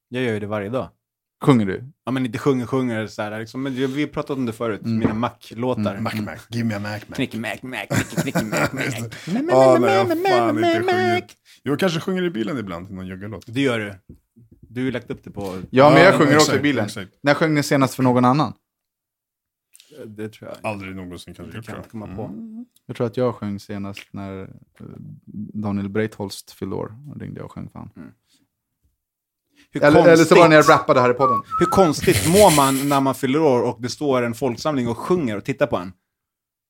Speaker 4: Jag gör ju det varje dag.
Speaker 3: Sjunger du?
Speaker 4: Ja, men inte sjunger, sjunger så här. Liksom, men vi har pratat om det förut, mina Mac-låtar.
Speaker 5: Mm. Mac, Mac. Give me a Mac, Mac.
Speaker 4: Knicky Mac, Mac, knicky, knicky [LAUGHS] Mac, Mac.
Speaker 5: [LAUGHS] Ja, nej, jag har fan inte sjungit. Jag kanske sjunger i bilen ibland till någon joggarlåt.
Speaker 4: Det gör du. Du har ju lagt upp det på...
Speaker 3: Ja, men
Speaker 5: Ja,
Speaker 3: jag
Speaker 5: men
Speaker 3: sjunger också i
Speaker 5: exakt,
Speaker 3: bilen.
Speaker 5: exakt.
Speaker 3: När sjöng ni senast för någon annan?
Speaker 4: Det tror jag
Speaker 5: Aldrig någonsin kanske.
Speaker 4: inte kan
Speaker 5: gjort det.
Speaker 4: komma på.
Speaker 5: Mm.
Speaker 3: Jag tror att jag sjöng senast när eh, Daniel Breitholtz fyllde år. Då ringde jag och sjöng för honom.
Speaker 4: Hur
Speaker 3: Eller, eller så var det när jag
Speaker 4: konstigt-
Speaker 3: rappade här i podden.
Speaker 4: Hur konstigt mår man när man fyller år och det står en folksamling och sjunger och tittar på en?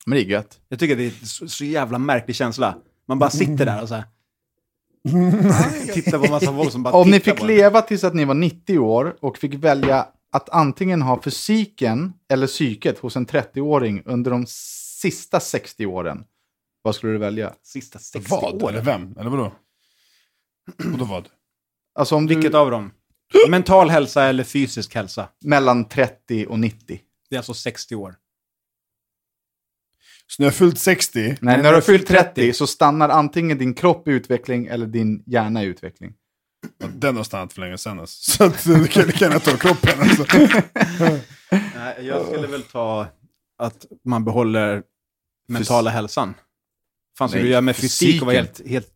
Speaker 3: Men det är gött.
Speaker 4: Jag tycker det är så, så jävla märklig känsla. Man bara sitter där och så här. tittar på massa folk som bara
Speaker 3: Om ni
Speaker 4: tittar
Speaker 3: fick
Speaker 4: på en.
Speaker 3: leva tills att ni var 90 år och fick välja att antingen ha fysiken eller psyket hos en 30-åring under de sista 60 åren, vad skulle du välja?
Speaker 4: Sista 60
Speaker 5: Vad?
Speaker 4: år.
Speaker 5: Eller vem? Eller vadå? Vadå vad?
Speaker 3: Alltså om
Speaker 4: Vilket
Speaker 3: du,
Speaker 4: av dem? Mental hälsa eller fysisk hälsa?
Speaker 3: mellan 30 och 90.
Speaker 4: Det är alltså 60 år.
Speaker 5: Så när jag fyllt 60,
Speaker 3: Nej, när du har fyllt 30 så stannar antingen din kropp i utveckling eller din hjärna i utveckling.
Speaker 5: den har stannat för länge sedan. Alltså. Så att, du kan lika gärna ta kroppen. Alltså.
Speaker 4: Nej, jag skulle väl ta att man behåller mentala hälsan. Fan, skulle
Speaker 3: Nej,
Speaker 4: du göra med fysik och vara helt,
Speaker 3: fysiken.
Speaker 4: helt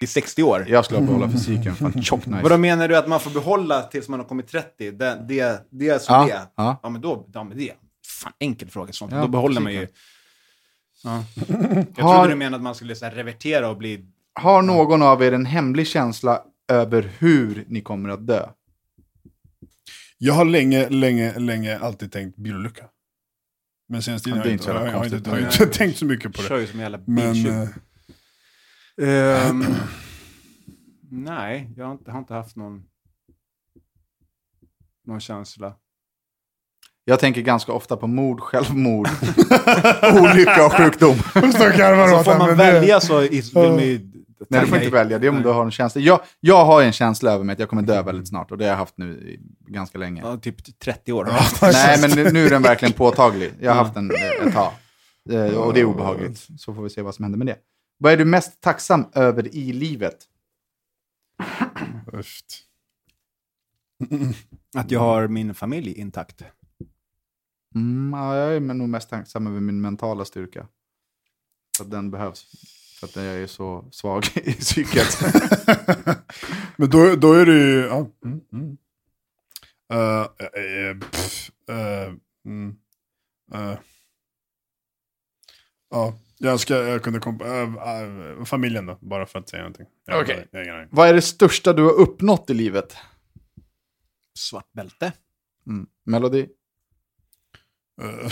Speaker 4: i 60 år?
Speaker 3: Jag skulle behålla fysiken, fan tjockt nice.
Speaker 4: Vadå menar du att man får behålla tills man har kommit 30? Det, det, det är så
Speaker 3: Ja,
Speaker 4: det är.
Speaker 3: ja.
Speaker 4: ja, men då, ja, men det är fan enkel fråga. Sånt.
Speaker 3: Ja,
Speaker 4: då behåller
Speaker 3: precis.
Speaker 4: man ju... Ja. Jag
Speaker 3: Har-
Speaker 4: trodde du menade att man skulle så här, revertera och bli...
Speaker 3: Har någon av er en hemlig känsla över hur ni kommer att dö?
Speaker 5: Jag har länge, länge, länge alltid tänkt bilolycka. Men senaste tiden
Speaker 3: Ja,
Speaker 5: har
Speaker 3: det är
Speaker 5: jag
Speaker 3: inte
Speaker 5: inte,
Speaker 3: så jävla
Speaker 5: jag har inte,
Speaker 3: konstigt.
Speaker 5: jag har inte tänkt så mycket på
Speaker 4: Kör
Speaker 5: det.
Speaker 4: ju som en jävla
Speaker 5: Men
Speaker 4: biltjuv.
Speaker 5: eh,
Speaker 3: eh, [CLEARS THROAT]
Speaker 4: Ehm, nej, jag har inte, har inte haft någon, någon känsla.
Speaker 3: Jag tänker ganska ofta på mord, självmord,
Speaker 5: eh,
Speaker 3: olycka och
Speaker 5: [LAUGHS]
Speaker 3: sjukdom.
Speaker 5: så garvar de
Speaker 4: Så
Speaker 5: åt
Speaker 4: får
Speaker 5: han,
Speaker 4: man
Speaker 5: men det-
Speaker 4: välja så i- vill man ju...
Speaker 3: Nej, du får inte välja. Det är om du har en känsla. Jag, jag har en känsla över mig att jag kommer dö väldigt snart och det har jag haft nu i ganska länge.
Speaker 4: Ja, typ 30 år.
Speaker 3: [LAUGHS] Nej, men nu, nu är den verkligen påtaglig. Jag har haft den eh, ett tag. Eh, Och det är obehagligt. Så får vi se vad som händer med det. Vad är du mest tacksam över i livet?
Speaker 5: Uft.
Speaker 4: Att jag har min familj intakt.
Speaker 3: Mm, ja, jag är nog mest tacksam över min mentala styrka. För att den behövs. För att jag är så svag [LAUGHS] i psyket.
Speaker 5: [LAUGHS] Men då, då är det ju... Ja. Mm, mm. Eh, eh, eh, pff, eh, mm, eh. Ja, jag, ska, jag kunde komma... eh, eh, familjen då, bara för att säga någonting. Jag-
Speaker 3: Okej.
Speaker 5: jag har ingen aning.
Speaker 3: Vad är det största du har uppnått i livet?
Speaker 4: Svart bälte.
Speaker 3: Mm. Melodi?
Speaker 5: Eh. [LAUGHS]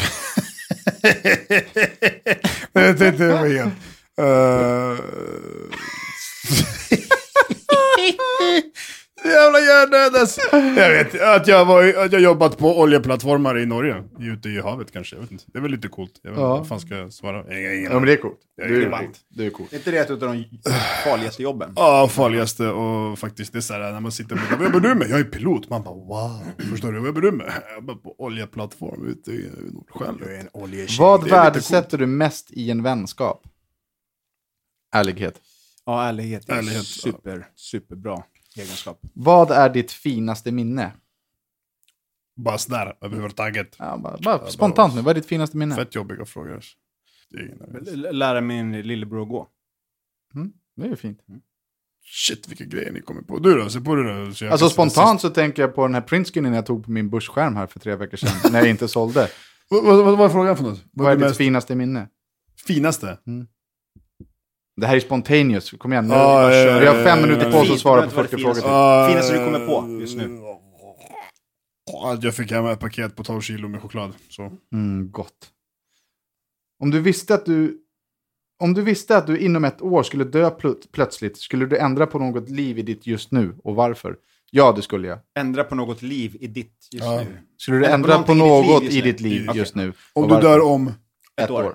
Speaker 5: Jag tänkte det var igen. Eh. [LAUGHS] Jävla hjärndöd alltså. Jag vet att jag, var, att jag jobbat på oljeplattformar i Norge. Ute i havet kanske. Jag vet inte. Det är väl lite coolt. Jag vet inte
Speaker 3: Ja.
Speaker 5: vad fan ska jag svara. Jag har ingen
Speaker 3: Ja, men det är coolt.
Speaker 5: är
Speaker 3: Du är
Speaker 5: relevant.
Speaker 3: cool. Du är cool.
Speaker 4: Är inte det ett av de farligaste jobben?
Speaker 5: Ja, farligaste och faktiskt det är så här när man sitter med vad jobbar du med? Jag är pilot. Man bara wow. Förstår du? Vad jobbar du med? Jag jobbar på oljeplattform ute i Nordsjön. Jag är en oljetjej.
Speaker 3: Vad
Speaker 5: Det är lite
Speaker 3: värdesätter du mest i en vänskap? Ärlighet.
Speaker 4: Ja, ärlighet är
Speaker 5: Ärlighet,
Speaker 4: super, superbra egenskap.
Speaker 3: Vad är ditt finaste minne?
Speaker 5: Bara sådär överhuvudtaget.
Speaker 3: Ja, bara, bara spontant nu, vad är ditt finaste minne?
Speaker 5: Fett jobbiga frågor. Det är ingen aning.
Speaker 4: L- Lära min lillebror att gå.
Speaker 3: Det är ju fint.
Speaker 5: Shit vilka grejer ni kommer på. Du då? Se på du då. Så jag
Speaker 3: Alltså
Speaker 5: kan sitta
Speaker 3: spontant så tänker jag på den här printscreenen jag tog på min börsskärm här för tre veckor sedan, när jag inte [LAUGHS] sålde.
Speaker 5: sist. Vad, vad, vad, vad är frågan för något?
Speaker 3: Vad är
Speaker 5: det
Speaker 3: ditt finaste minne?
Speaker 5: finaste?
Speaker 3: Det här är spontaneous, kom igen nu.
Speaker 5: Ja, ja, ja,
Speaker 3: Vi har fem
Speaker 5: ja,
Speaker 3: minuter
Speaker 5: ja,
Speaker 3: på
Speaker 5: ja.
Speaker 3: oss att svara på 40 frågor
Speaker 4: Finaste-
Speaker 3: till.
Speaker 5: Ah,
Speaker 4: Finaste du kommer på just nu.
Speaker 5: Eh, Att jag fick hem ett paket på 12 kilo med choklad. Så.
Speaker 3: Mm, gott. Om du visste att du... Om du visste att du inom ett år skulle dö plöt- plötsligt, skulle du ändra på något liv i ditt just nu och varför? Ja, det skulle jag.
Speaker 4: Ändra på något liv i ditt just
Speaker 5: Ja.
Speaker 4: nu.
Speaker 3: Skulle du
Speaker 4: Ändra på
Speaker 3: ändra på
Speaker 4: någonting
Speaker 3: något i ditt liv
Speaker 5: Okej.
Speaker 3: just nu? och
Speaker 5: Om du
Speaker 3: varför?
Speaker 5: dör om...
Speaker 3: ett år. Jag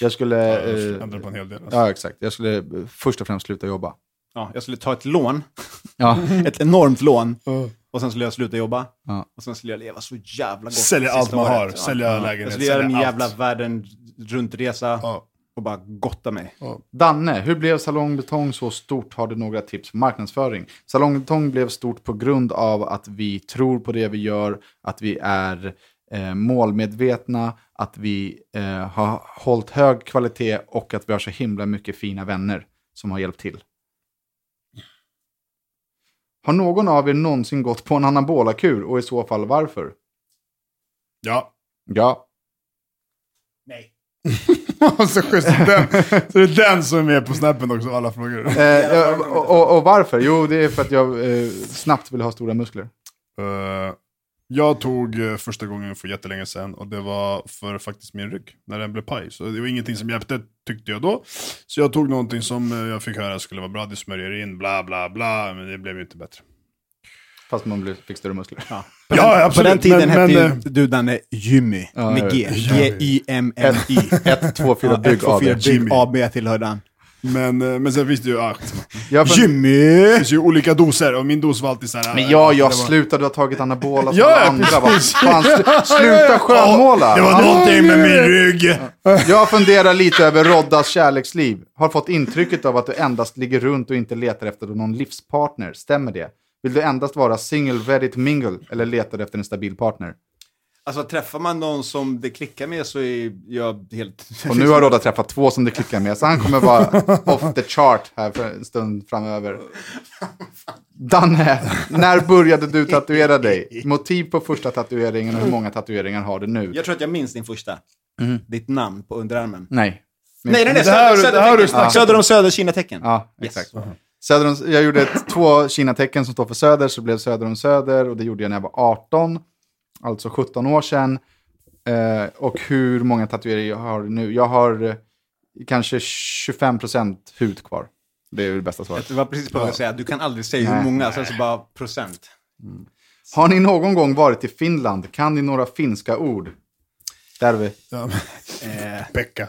Speaker 5: Ja,
Speaker 3: skulle...
Speaker 5: jag
Speaker 3: Eh,
Speaker 5: ändrar på en hel del. Alltså.
Speaker 3: ja, exakt. Jag skulle eh, först och främst sluta jobba.
Speaker 4: Ja, jag skulle ta ett lån, [LAUGHS]
Speaker 3: Ja.
Speaker 4: ett enormt lån,
Speaker 5: Ja.
Speaker 4: och sen skulle jag sluta jobba.
Speaker 3: Ja.
Speaker 4: Och sen skulle jag leva så jävla gott.
Speaker 5: Sälja
Speaker 4: sista
Speaker 5: allt man
Speaker 4: året.
Speaker 5: har.
Speaker 4: Ja.
Speaker 5: Sälja lägenhet.
Speaker 4: Jag skulle göra min
Speaker 5: sälja
Speaker 4: jävla
Speaker 5: allt.
Speaker 4: världen runt-resa.
Speaker 5: Ja.
Speaker 4: och bara gotta mig.
Speaker 3: Danne, hur blev Salong Betong så stort? Har du några tips på marknadsföring? Salong Betong blev stort på grund av att vi tror på det vi gör, att vi är eh, målmedvetna, att vi eh, har hållit hög kvalitet och att vi har så himla mycket fina vänner som har hjälpt till. Har någon av er någonsin gått på en anabolakur och i så fall varför?
Speaker 5: Ja. [LAUGHS]
Speaker 3: Ja.
Speaker 5: så, schysst, den, så det är den som är med på snappen också, alla frågor.
Speaker 3: Eh, ja, och, och, och varför? Jo, det är för att jag eh, snabbt vill ha stora muskler.
Speaker 5: Eh, jag tog eh, första gången för jättelänge sedan och det var för faktiskt min rygg, när den blev paj. Så det var ingenting som hjälpte tyckte jag då. Så jag tog någonting som eh, jag fick höra skulle vara bra, det smörjer in, bla bla bla, men det blev ju inte bättre.
Speaker 3: Fast man blir, fick större muskler. [LAUGHS] Ja,
Speaker 5: Ja, absolut.
Speaker 4: På den tiden
Speaker 5: men,
Speaker 4: hette
Speaker 5: men, eh,
Speaker 4: ju du Danne Jimmy
Speaker 3: Ja,
Speaker 4: med G.
Speaker 3: ja. [LAUGHS]
Speaker 4: G-I-M-M-I.
Speaker 3: 1, 2, 4, bygg
Speaker 4: Bygg AB.
Speaker 3: AB.
Speaker 4: Bygg AB tillhörde han.
Speaker 5: eh, men, eh, men sen finns det ju, ah, skitsamma.
Speaker 3: Ja, för-
Speaker 5: Jimmy! Det finns ju olika doser och min dos var alltid såhär.
Speaker 3: Men ja, jag
Speaker 5: det var-
Speaker 3: slutar. Du har tagit anabola som
Speaker 5: Ja,
Speaker 3: alla
Speaker 5: ja,
Speaker 3: andra. Vad
Speaker 5: precis.
Speaker 3: Fan, slu- sluta skönmåla.
Speaker 5: "Ah, Det var någonting med min rygg.
Speaker 3: Jag funderar lite över Roddas kärleksliv. Har fått intrycket av att du endast ligger runt och inte letar efter någon livspartner. Stämmer det? Vill du endast vara single, ready to mingle eller letar du efter en stabil partner?
Speaker 4: Alltså träffar man någon som det klickar med så är jag helt...
Speaker 3: Och nu har Rodda träffat två som det klickar med, så han kommer vara off the chart här för en stund framöver. Danne, när började du tatuera dig? Motiv på första tatueringen och hur många tatueringar har du nu?
Speaker 4: Jag tror att jag minns din första. Ditt namn på underarmen.
Speaker 3: Nej. Min-
Speaker 4: Nej, nej, nej.
Speaker 5: Mm. Det här-
Speaker 4: Söder,
Speaker 5: det här har du
Speaker 4: södertecken.
Speaker 5: snackat om.
Speaker 4: söder om söder, Kina-tecken.
Speaker 3: Ja,
Speaker 4: Yes.
Speaker 3: exakt. Söder om, jag gjorde ett, två Kina-tecken som står för söder, så det blev söder om söder. Och det gjorde jag när jag var 18, alltså 17 år sedan. Eh, och hur många tatueringar jag har nu? Jag har eh, kanske 25% hud kvar. Det är ju det bästa svaret.
Speaker 4: Det var precis på att säga, du kan aldrig säga hur många, sen så bara procent.
Speaker 3: Har ni någon gång varit i Finland? Kan ni några finska ord? Där har vi.
Speaker 5: Ja,
Speaker 4: Eh,
Speaker 5: Pekka.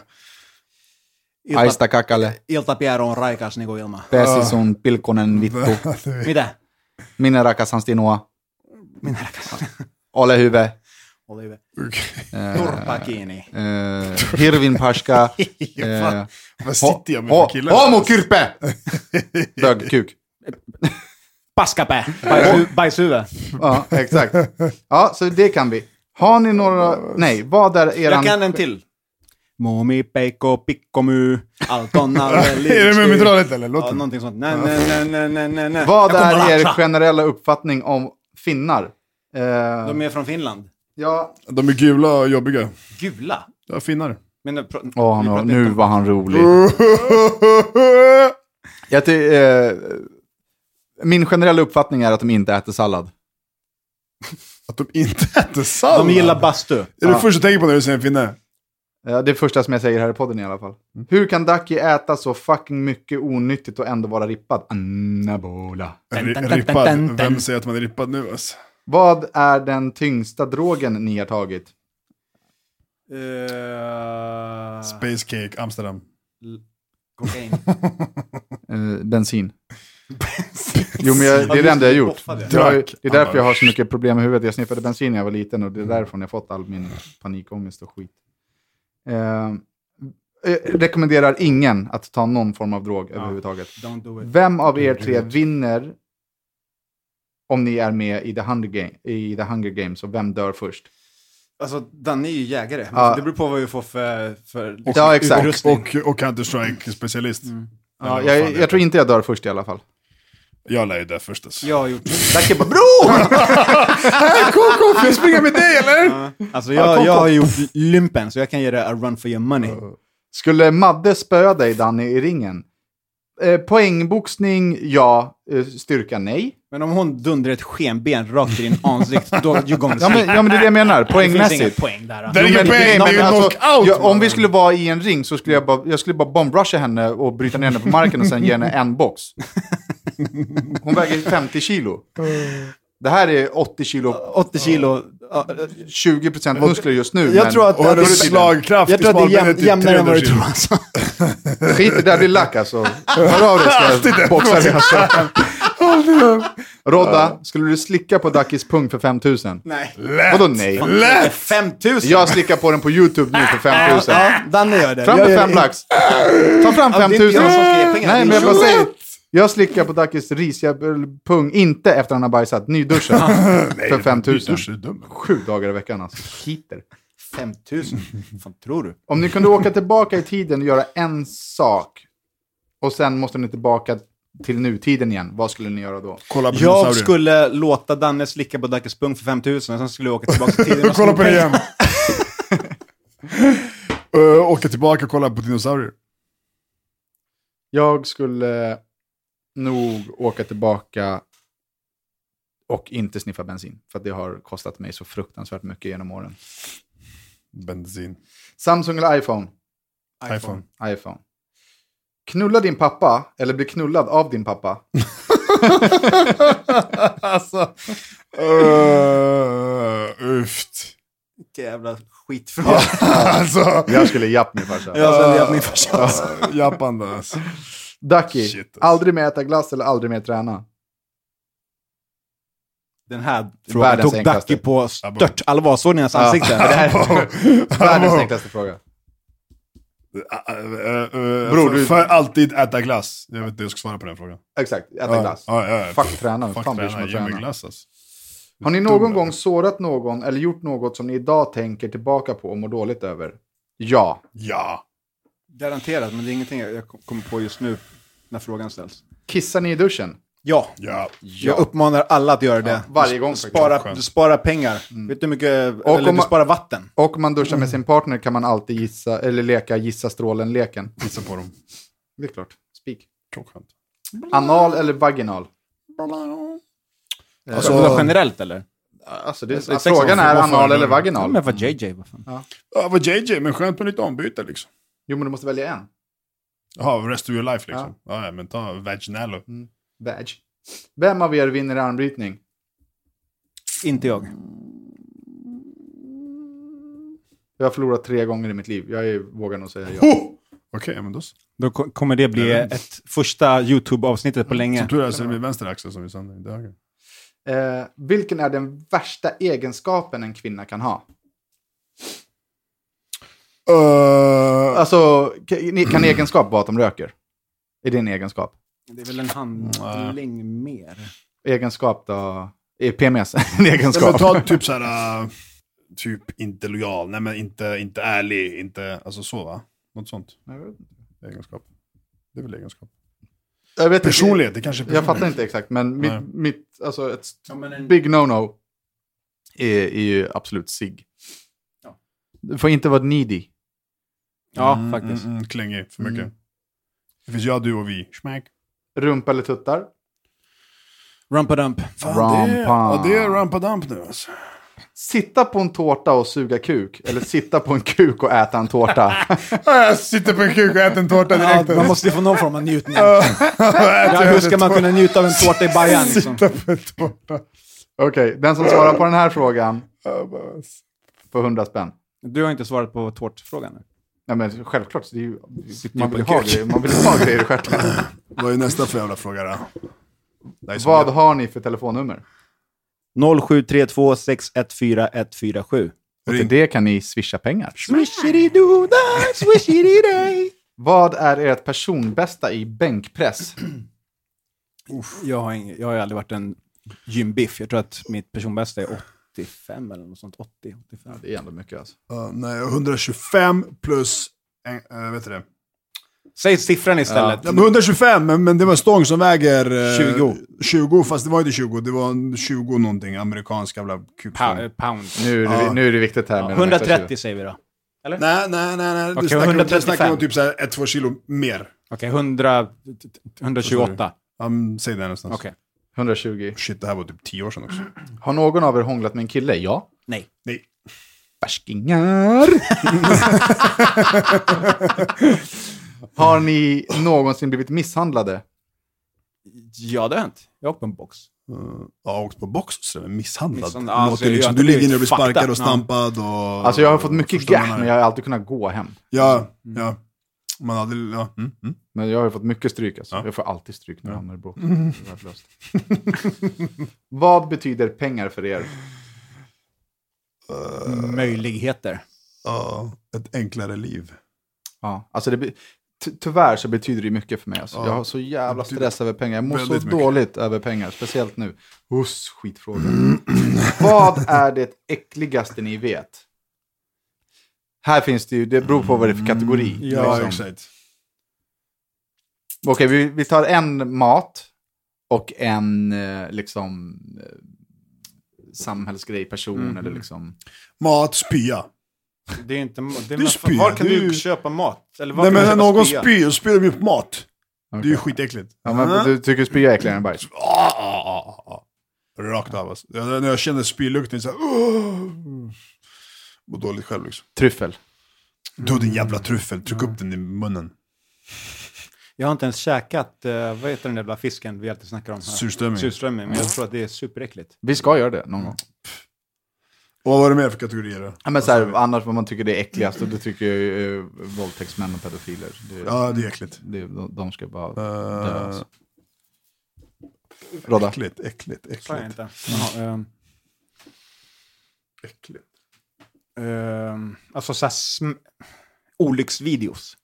Speaker 3: Aista kakale,
Speaker 4: Iltapiero on raikas niinku ilma.
Speaker 3: pääsi sun pilkonen vittu.
Speaker 4: Mitä?
Speaker 3: Minä rakastan sinua. [LAUGHS] Ole hyvä.
Speaker 4: Oli hyvä. Eh, Turpa kiinni.
Speaker 3: Eh, hirvin paska. Eh,
Speaker 5: Vad sitter jag med
Speaker 3: Ho-
Speaker 5: för killar?
Speaker 3: Homo kyrpe! Bögkuk.
Speaker 4: Paskapää. Baisu, baisuva.
Speaker 3: Ja, exakt. Ja, så det kan vi. Har ni några... Nej, vad är eran...
Speaker 4: Jag kan en till. Mumi, peikko, pikko, myy. Alton, alle,
Speaker 5: [LAUGHS] Är det med mineralet eller? Låt
Speaker 4: Ja,
Speaker 5: den.
Speaker 4: någonting sånt. Nej, nej, nej, nej, nej, nej, nej.
Speaker 3: Vad
Speaker 4: Jag kommer
Speaker 3: är er
Speaker 4: latcha.
Speaker 3: generella uppfattning om finnar? Eh,
Speaker 4: De är från Finland.
Speaker 3: Ja...
Speaker 5: De är gula och jobbiga.
Speaker 4: Gula.
Speaker 5: Ja, finnar.
Speaker 4: Men, jag pr-
Speaker 3: Åh,
Speaker 4: vi
Speaker 3: nu,
Speaker 4: pratar
Speaker 3: nu
Speaker 4: inte om- Mm.
Speaker 3: var han rolig. Jag ty, eh, min generella uppfattning är att de inte äter sallad.
Speaker 5: [LAUGHS] Att de inte äter sallad.
Speaker 4: De gillar bastu.
Speaker 5: Är
Speaker 4: Eh,
Speaker 5: det första du tänker på när du ser en finne?
Speaker 3: Ja, Eh, det är första som jag säger här i podden i alla fall.
Speaker 4: Mm.
Speaker 3: Hur kan Ducky äta så fucking mycket onyttigt och ändå vara rippad? Anabola.
Speaker 5: Ri-
Speaker 4: dun, dun, dun,
Speaker 5: Rippad.
Speaker 4: dun.
Speaker 5: Vem säger att man är rippad nu alltså?
Speaker 3: Vad är den tyngsta drogen ni har tagit?
Speaker 4: Eh,
Speaker 5: Space cake, Amsterdam. [LAUGHS]
Speaker 4: Kokain.
Speaker 3: Eh, bensin. Jo, men jag, det är det enda jag har gjort.
Speaker 4: Hoppade.
Speaker 3: Jag har ju-
Speaker 5: Drack.
Speaker 3: det är därför jag har så mycket problem med huvudet. Jag sniffade bensin när jag var liten och det är därifrån jag fått all min panikångest och skit. Eh, eh, rekommenderar ingen att ta någon form av drog överhuvudtaget.
Speaker 4: Don't do it.
Speaker 3: Vem av er tre vinner om ni är med i The Hunger, Game, i The Hunger Games och vem dör först?
Speaker 4: Alltså, Danne är ju jägare. Alltså,
Speaker 3: Ja.
Speaker 4: Det beror på vad vi får för, för
Speaker 3: Ja, exakt.
Speaker 4: utrustning.
Speaker 5: Och, och Counter-Strike-specialist.
Speaker 3: Ja,
Speaker 5: vad
Speaker 3: jag,
Speaker 5: fan det
Speaker 3: jag tror inte jag dör först i alla fall.
Speaker 5: Jag lär ju det först alltså.
Speaker 4: Jag har gjort...
Speaker 3: Dacke bara
Speaker 5: [LAUGHS]
Speaker 3: bror!
Speaker 5: Koko, får jag springa med dig eller?
Speaker 4: Alltså, jag, jag har gjort lumpen, så jag kan ge dig a run for your money.
Speaker 3: Skulle Madde spöa dig Danny i ringen? Eh, poängboxning ja, eh, styrka nej.
Speaker 4: Men om hon dundrar ett skenben rakt i [LAUGHS] din ansikte, då you gonna
Speaker 3: Ja men,
Speaker 4: sleep.
Speaker 3: ja men det är det jag
Speaker 4: [LAUGHS]
Speaker 3: menar,
Speaker 4: Det finns
Speaker 3: poängmässigt.
Speaker 4: inga poäng där.
Speaker 5: Det är ingen poäng, det är ju knockout!
Speaker 3: jag, alltså, om vi skulle vara i en ring så skulle jag bara, jag skulle bara bombrusha henne och bryta ner henne på marken och sen ge henne en
Speaker 5: [LAUGHS]
Speaker 3: box. Hon väger 50 kilo. Det här är 80 kilo,
Speaker 4: 80 kilo. Ja,
Speaker 3: 20 procent muskler just nu.
Speaker 4: Jag
Speaker 3: men
Speaker 4: tror att-
Speaker 5: Och hennes
Speaker 4: Jag
Speaker 5: slagkraft
Speaker 4: typ- Jag tror att det är typ jäm,
Speaker 5: smalbenet
Speaker 4: jämnare än vad du
Speaker 5: 300 kilo.
Speaker 4: tror. [LAUGHS] Alltså.
Speaker 3: Skit i det, här, det är lack alltså. Hör av dig ska jag boxa dig. Alltså. Rodda, skulle du slicka på Dackis pung för 5000?
Speaker 4: Nej.
Speaker 3: Vadå nej?
Speaker 4: Lätt! 5000!
Speaker 3: Jag slickar på den på YouTube nu för 5000.
Speaker 4: Ja, Danne gör det.
Speaker 3: Fram
Speaker 4: Jag
Speaker 3: med
Speaker 4: gör
Speaker 3: fem
Speaker 4: det.
Speaker 3: lax. Ta fram
Speaker 4: Ja, det är inte
Speaker 3: 5000.
Speaker 4: jag som ska ge pengar, det
Speaker 3: Nej,
Speaker 4: är
Speaker 3: men jag bara
Speaker 4: Joel.
Speaker 3: säger. Jag slickar på Dackis risiga pung, inte efter han har bajsat,
Speaker 4: [LAUGHS]
Speaker 3: nyduschad, för 5000.
Speaker 5: Nyduschad är dum.
Speaker 3: Sju dagar i veckan alltså. Heater.
Speaker 4: 5000? Vad tror du?
Speaker 3: Om ni kunde åka tillbaka i tiden och göra en sak och sen måste ni tillbaka till nutiden igen, vad skulle ni göra då?
Speaker 5: Kolla på dinosaurier.
Speaker 4: Jag skulle låta Danne slicka på Dackes pung för 5000 och sen skulle jag åka tillbaka [LAUGHS] till tiden. och
Speaker 5: Kolla på
Speaker 4: sno
Speaker 5: det
Speaker 4: pengar.
Speaker 5: igen. [LAUGHS] Eh, åka tillbaka och kolla på dinosaurier.
Speaker 3: Jag skulle nog åka tillbaka och inte sniffa bensin, för att det har kostat mig så fruktansvärt mycket genom åren.
Speaker 5: Bensin.
Speaker 3: Samsung eller iPhone?
Speaker 5: iPhone.
Speaker 3: iPhone. Knulla din pappa eller bli knullad av din pappa?
Speaker 5: [LAUGHS]
Speaker 3: alltså,
Speaker 5: Eh, uft.
Speaker 4: Vilken jävla skitfråga.
Speaker 5: alltså.
Speaker 3: [LAUGHS] jag skulle japp min farsa.
Speaker 4: Jag skulle göra min farsa. alltså.
Speaker 5: [LAUGHS] Jappande alltså.
Speaker 3: Ducky,
Speaker 5: Shit, alltså.
Speaker 3: aldrig mer äta glass eller aldrig mer träna?
Speaker 4: Den här frågan
Speaker 3: Världens
Speaker 4: tog
Speaker 3: enklaste.
Speaker 4: Dacke på stört allvar. Såg ni hans
Speaker 3: Ja.
Speaker 4: ansikte?
Speaker 3: [LAUGHS] Det här är [LAUGHS] världens enklaste fråga.
Speaker 5: [LAUGHS] Eh, eh, eh,
Speaker 3: Bror,
Speaker 5: för,
Speaker 3: du-
Speaker 5: för alltid äta glass. Jag vet inte, jag ska svara på den frågan.
Speaker 3: Exakt, äta
Speaker 5: Ja,
Speaker 3: glass.
Speaker 5: ja, ja.
Speaker 3: Fuck träna,
Speaker 5: Fuck
Speaker 3: fan bryr sig om
Speaker 5: träna,
Speaker 3: att
Speaker 5: ge mig
Speaker 3: träna.
Speaker 5: glass alltså.
Speaker 3: Har ni
Speaker 5: Dum.
Speaker 3: någon gång sårat någon eller gjort något som ni idag tänker tillbaka på och mår dåligt över? Ja.
Speaker 5: Ja.
Speaker 4: [LAUGHS] Garanterat, men det är ingenting jag jag kom- kommer på just nu när frågan ställs.
Speaker 3: Kissar ni i duschen?
Speaker 4: Ja,
Speaker 5: Ja.
Speaker 4: jag uppmanar alla att göra det.
Speaker 3: varje gång faktiskt.
Speaker 4: Spara,
Speaker 5: Skönt.
Speaker 4: du sparar pengar. Vet du hur
Speaker 3: Och
Speaker 4: mycket, eller
Speaker 3: om
Speaker 4: du
Speaker 3: man-
Speaker 4: sparar vatten.
Speaker 3: Och om man duschar med sin partner kan man alltid gissa, eller leka gissa strålen-leken.
Speaker 5: Pissa på dem.
Speaker 3: Det är klart. Spik.
Speaker 5: Klockrent.
Speaker 3: Anal eller vaginal?
Speaker 4: Alltså, generellt eller?
Speaker 3: Alltså, det,
Speaker 4: sex
Speaker 3: frågan
Speaker 4: år,
Speaker 3: är
Speaker 5: vad fan
Speaker 3: anal
Speaker 5: är
Speaker 3: eller
Speaker 5: det?
Speaker 3: vaginal.
Speaker 4: men vad JJ, vad fan.
Speaker 5: Ja, vad JJ, men skönt med lite ombyte liksom.
Speaker 3: Jo, men du måste välja en.
Speaker 5: Jaha, rest of your life liksom. Ja, ja men ta vaginalo.
Speaker 3: Mm. Vag. Vem av er vinner i armbrytning?
Speaker 4: Inte jag.
Speaker 3: Jag har förlorat tre gånger i mitt liv. Jag är, vågar nog säga ja.
Speaker 5: Oh! Okej, ja, men då så.
Speaker 4: Då ko- kommer det bli
Speaker 5: Mm.
Speaker 4: ett första YouTube-avsnittet på länge.
Speaker 5: Som tur är så är det min vänster axel som vi sänder, inte höger.
Speaker 3: Eh, vilken är den värsta egenskapen en kvinna kan ha?
Speaker 5: Uh,
Speaker 3: Alltså, kan, ni- kan egenskap vara att de röker? Är det en egenskap?
Speaker 4: Det är väl en handling mer.
Speaker 3: Egenskap då? Är PMS [LAUGHS] en
Speaker 4: Alltså,
Speaker 5: nej, men
Speaker 3: egenskap?
Speaker 5: Alltså,
Speaker 4: [LAUGHS]
Speaker 5: ta typ såhär, uh, typ inte lojal, nej men inte, inte ärlig, inte, alltså så va? Något sånt. Egenskap. Det är väl egenskap.
Speaker 3: Jag vet inte.
Speaker 5: Personlighet, det kanske är
Speaker 3: Jag
Speaker 5: personlighet.
Speaker 3: fattar inte exakt, men mitt,
Speaker 5: Nej.
Speaker 3: mitt alltså ett st-
Speaker 4: Ja, men en-
Speaker 3: big no-no är, är ju absolut sig.
Speaker 4: Ja.
Speaker 3: Du får inte vara needy.
Speaker 4: Ja,
Speaker 5: Mm,
Speaker 4: faktiskt.
Speaker 5: Mm, mm, klängig, för mycket.
Speaker 3: Mm.
Speaker 5: Det finns jag, du och vi. Schmack.
Speaker 3: Rumpa eller tuttar?
Speaker 4: Rumpadump.
Speaker 3: Rampa.
Speaker 5: det är, ja, det är rampadamp nu alltså.
Speaker 3: Sitta på en tårta och suga kuk, eller sitta på en kuk och äta en tårta.
Speaker 5: [LAUGHS] [LAUGHS] Jag sitter på en kuk och äter en tårta
Speaker 4: Ja,
Speaker 5: direkt. [LAUGHS]
Speaker 4: man måste ju få någon form av njutning.
Speaker 5: Ja,
Speaker 4: Ja, hur ska man kunna njuta av en tårta i bajan? Liksom?
Speaker 5: Sitta på en tårta.
Speaker 3: Okej, den som svarar på den här frågan får 100 spänn.
Speaker 4: Du har inte svarat på tårtfrågan. nu.
Speaker 3: Nej men självklart, det är ju,
Speaker 4: ju
Speaker 3: man, vill
Speaker 4: på
Speaker 3: ha
Speaker 4: kuk.
Speaker 3: grejer, man vill ha grejer i stjärten. [LAUGHS]
Speaker 5: Vad är nästa för jävla fråga då? Det är som
Speaker 3: Vad
Speaker 5: jag-
Speaker 3: har ni för telefonnummer?
Speaker 4: 0732 614 147.
Speaker 3: Och till det kan ni swisha pengar.
Speaker 4: Swishidi-doo-dah, swishidi-day.
Speaker 3: Vad är ert personbästa i bänkpress?
Speaker 4: Jag har, ing, jag har ju aldrig varit en gymbiff. Jag tror att mitt personbästa är 85 eller något sånt. 80, 85.
Speaker 3: Det är ändå mycket alltså.
Speaker 5: Ja, nej, 125 plus... En, äh, vet du det?
Speaker 4: Säg siffran istället.
Speaker 5: Ja, men 125, men, men det var en stång som väger... eh,
Speaker 4: 20.
Speaker 5: 20, fast det var inte 20. Det var en 20 någonting, amerikansk jävla
Speaker 4: Pa-
Speaker 5: kukstång.
Speaker 4: eh, pound.
Speaker 3: Nu är det, nu är det viktigt här. med de extra
Speaker 4: 130 säger vi då.
Speaker 5: Nej, nej, nej. nej. det
Speaker 4: Okej,
Speaker 5: snackar om- det
Speaker 4: 135.
Speaker 5: snackar om typ så här 1-2 kilo mer.
Speaker 4: Okej, 100, 128.
Speaker 5: Um, säg det här någonstans.
Speaker 4: Okej.
Speaker 3: 120.
Speaker 5: Shit, det här var typ 10 år sedan också.
Speaker 3: Har någon av er hånglat med en kille? Ja.
Speaker 4: Nej.
Speaker 5: Nej.
Speaker 3: [LAUGHS] Färskingar! har ni någonsin blivit misshandlade?
Speaker 4: Ja, det har hänt. Jag har åkt på en box.
Speaker 5: Uh, jag har åkt på box och sådär, men misshandlad.
Speaker 4: Misshandlad,
Speaker 5: Låter
Speaker 4: alltså, jag har
Speaker 5: liksom,
Speaker 4: inte
Speaker 5: du ligger
Speaker 4: blivit
Speaker 5: ner och blir
Speaker 4: fucked
Speaker 5: sparkad
Speaker 4: up,
Speaker 5: och
Speaker 4: no.
Speaker 5: stampad och...
Speaker 3: Alltså jag har fått mycket
Speaker 5: Förstår vad
Speaker 3: gah,
Speaker 5: menar?
Speaker 3: men jag har alltid kunnat gå hem.
Speaker 5: Ja, ja. Man hade, ja. mm, mm.
Speaker 3: Men jag har ju fått mycket stryk alltså.
Speaker 5: Ja.
Speaker 3: Jag får alltid stryk när jag hamnar i bråk.
Speaker 5: Mm.
Speaker 3: Värdelöst. [LAUGHS] Vad betyder pengar för er?
Speaker 4: Möjligheter.
Speaker 5: Ja, ett enklare liv.
Speaker 3: Ja, alltså det, be- ty- tyvärr så betyder det mycket för mig. Alltså.
Speaker 5: Ja.
Speaker 3: Jag har så jävla stress över pengar. Jag mår så
Speaker 5: Väldigt mycket.
Speaker 3: dåligt över pengar, speciellt nu. Usch, skitfråga. [CLEARS THROAT] vad är det äckligaste ni vet? Här finns det ju, det beror på vad det är för kategori.
Speaker 5: Mm.
Speaker 3: liksom.
Speaker 5: exakt.
Speaker 3: Okej, vi, vi tar en mat och en eh, liksom eh, samhällsgrej, person eller liksom.
Speaker 5: Mat, spya.
Speaker 4: Det är inte... Det är
Speaker 5: Du spyr,
Speaker 4: nästan, var kan du
Speaker 5: du-
Speaker 4: köpa mat? Eller var
Speaker 5: Nej
Speaker 4: kan
Speaker 5: men
Speaker 4: du
Speaker 5: när
Speaker 4: köpa
Speaker 5: någon
Speaker 4: spya?
Speaker 5: spyr, då spyr de ju på mat. Det är
Speaker 3: Okej.
Speaker 5: ju skitäckligt. Mm.
Speaker 3: Ja, men, du tycker spya är äckligare än bajs?
Speaker 5: Ah, ah, ah, ah. Rakt av alltså. Jag, när jag känner spylukten så här... Uh, mår dåligt själv liksom.
Speaker 3: Tryffel. Mm.
Speaker 5: Du din jävla truffel, tryck upp den i munnen.
Speaker 4: Jag har inte ens käkat, eh, vad heter den där jävla fisken vi alltid snackar om? här?
Speaker 5: Surströmming.
Speaker 4: Surströmming, men jag tror att det är superäckligt.
Speaker 3: Vi ska göra det någon gång.
Speaker 5: Och vad var det mer för kategorier då?
Speaker 3: Ja, men så här, annars vad man tycker det är äckligast, och då tycker jag ju, eh, våldtäktsmän och pedofiler. Det,
Speaker 5: Ja, det är äckligt. Eh,
Speaker 3: det, de, de ska bara dö.
Speaker 5: Uh,
Speaker 3: Alltså. Rodda.
Speaker 5: äckligt, äckligt,
Speaker 4: Sa jag
Speaker 5: äckligt.
Speaker 4: inte? Jaha, ehm,
Speaker 5: äckligt.
Speaker 4: ehm, alltså såhär sm- olycksvideos.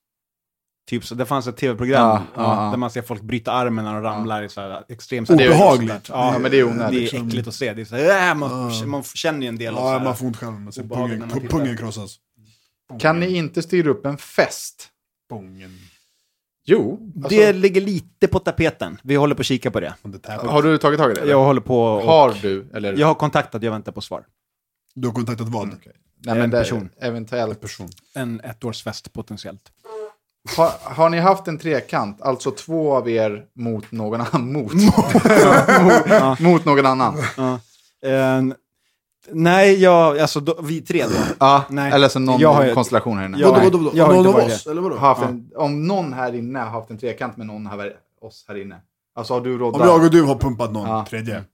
Speaker 4: Typ så, det fanns ett tv-program
Speaker 3: Ja,
Speaker 4: ja,
Speaker 3: ja, ja.
Speaker 4: där man ser folk bryta armen när de ramlar i såhär extremt...
Speaker 5: Det är obehagligt.
Speaker 4: Ja,
Speaker 3: Ja, men det är onödigt.
Speaker 4: Det är äckligt att se. Det är såhär, äh, man,
Speaker 5: Ja.
Speaker 4: man känner ju en del av
Speaker 5: Ja,
Speaker 4: såhär-
Speaker 5: man får ont själv. Man ser
Speaker 4: Obehagligt
Speaker 5: pungen,
Speaker 4: när man
Speaker 5: pu-
Speaker 4: tittar.
Speaker 5: pungen krossas.
Speaker 3: Kan ni inte styra upp en fest?
Speaker 5: Pungen.
Speaker 3: Jo. Alltså,
Speaker 4: Det ligger lite på tapeten. Vi håller på att kika på det.
Speaker 5: On the tap.
Speaker 3: Har du tagit tag i det? eller?
Speaker 4: Jag håller på och,
Speaker 3: Har du? Eller?
Speaker 4: Jag har kontaktat, jag väntar på svar.
Speaker 5: Du har kontaktat vad?
Speaker 3: Nej, men
Speaker 4: en
Speaker 3: det-
Speaker 4: person.
Speaker 3: Eventuellt.
Speaker 5: Person.
Speaker 4: En ettårsfest potentiellt.
Speaker 3: Har, har ni haft en trekant, alltså två av er mot någon annan? [LAUGHS] Mot, mot, mot någon annan?
Speaker 4: Eh, nej, jag, alltså då, vi tre då.
Speaker 3: Ja,
Speaker 4: Nej.
Speaker 3: eller så någon
Speaker 4: Jag har ju-
Speaker 3: konstellation här inne.
Speaker 4: Jag-
Speaker 5: Vadå, vadå, vadå?
Speaker 4: Jag har
Speaker 5: Någon
Speaker 4: inte
Speaker 5: av
Speaker 4: varit
Speaker 5: oss, eller vadå?
Speaker 3: Har haft en, om någon här inne har haft en trekant med någon här, oss här inne. Alltså har du
Speaker 5: Om
Speaker 3: Rodda?
Speaker 5: jag och du har pumpat någon,
Speaker 3: Ja.
Speaker 5: tredje.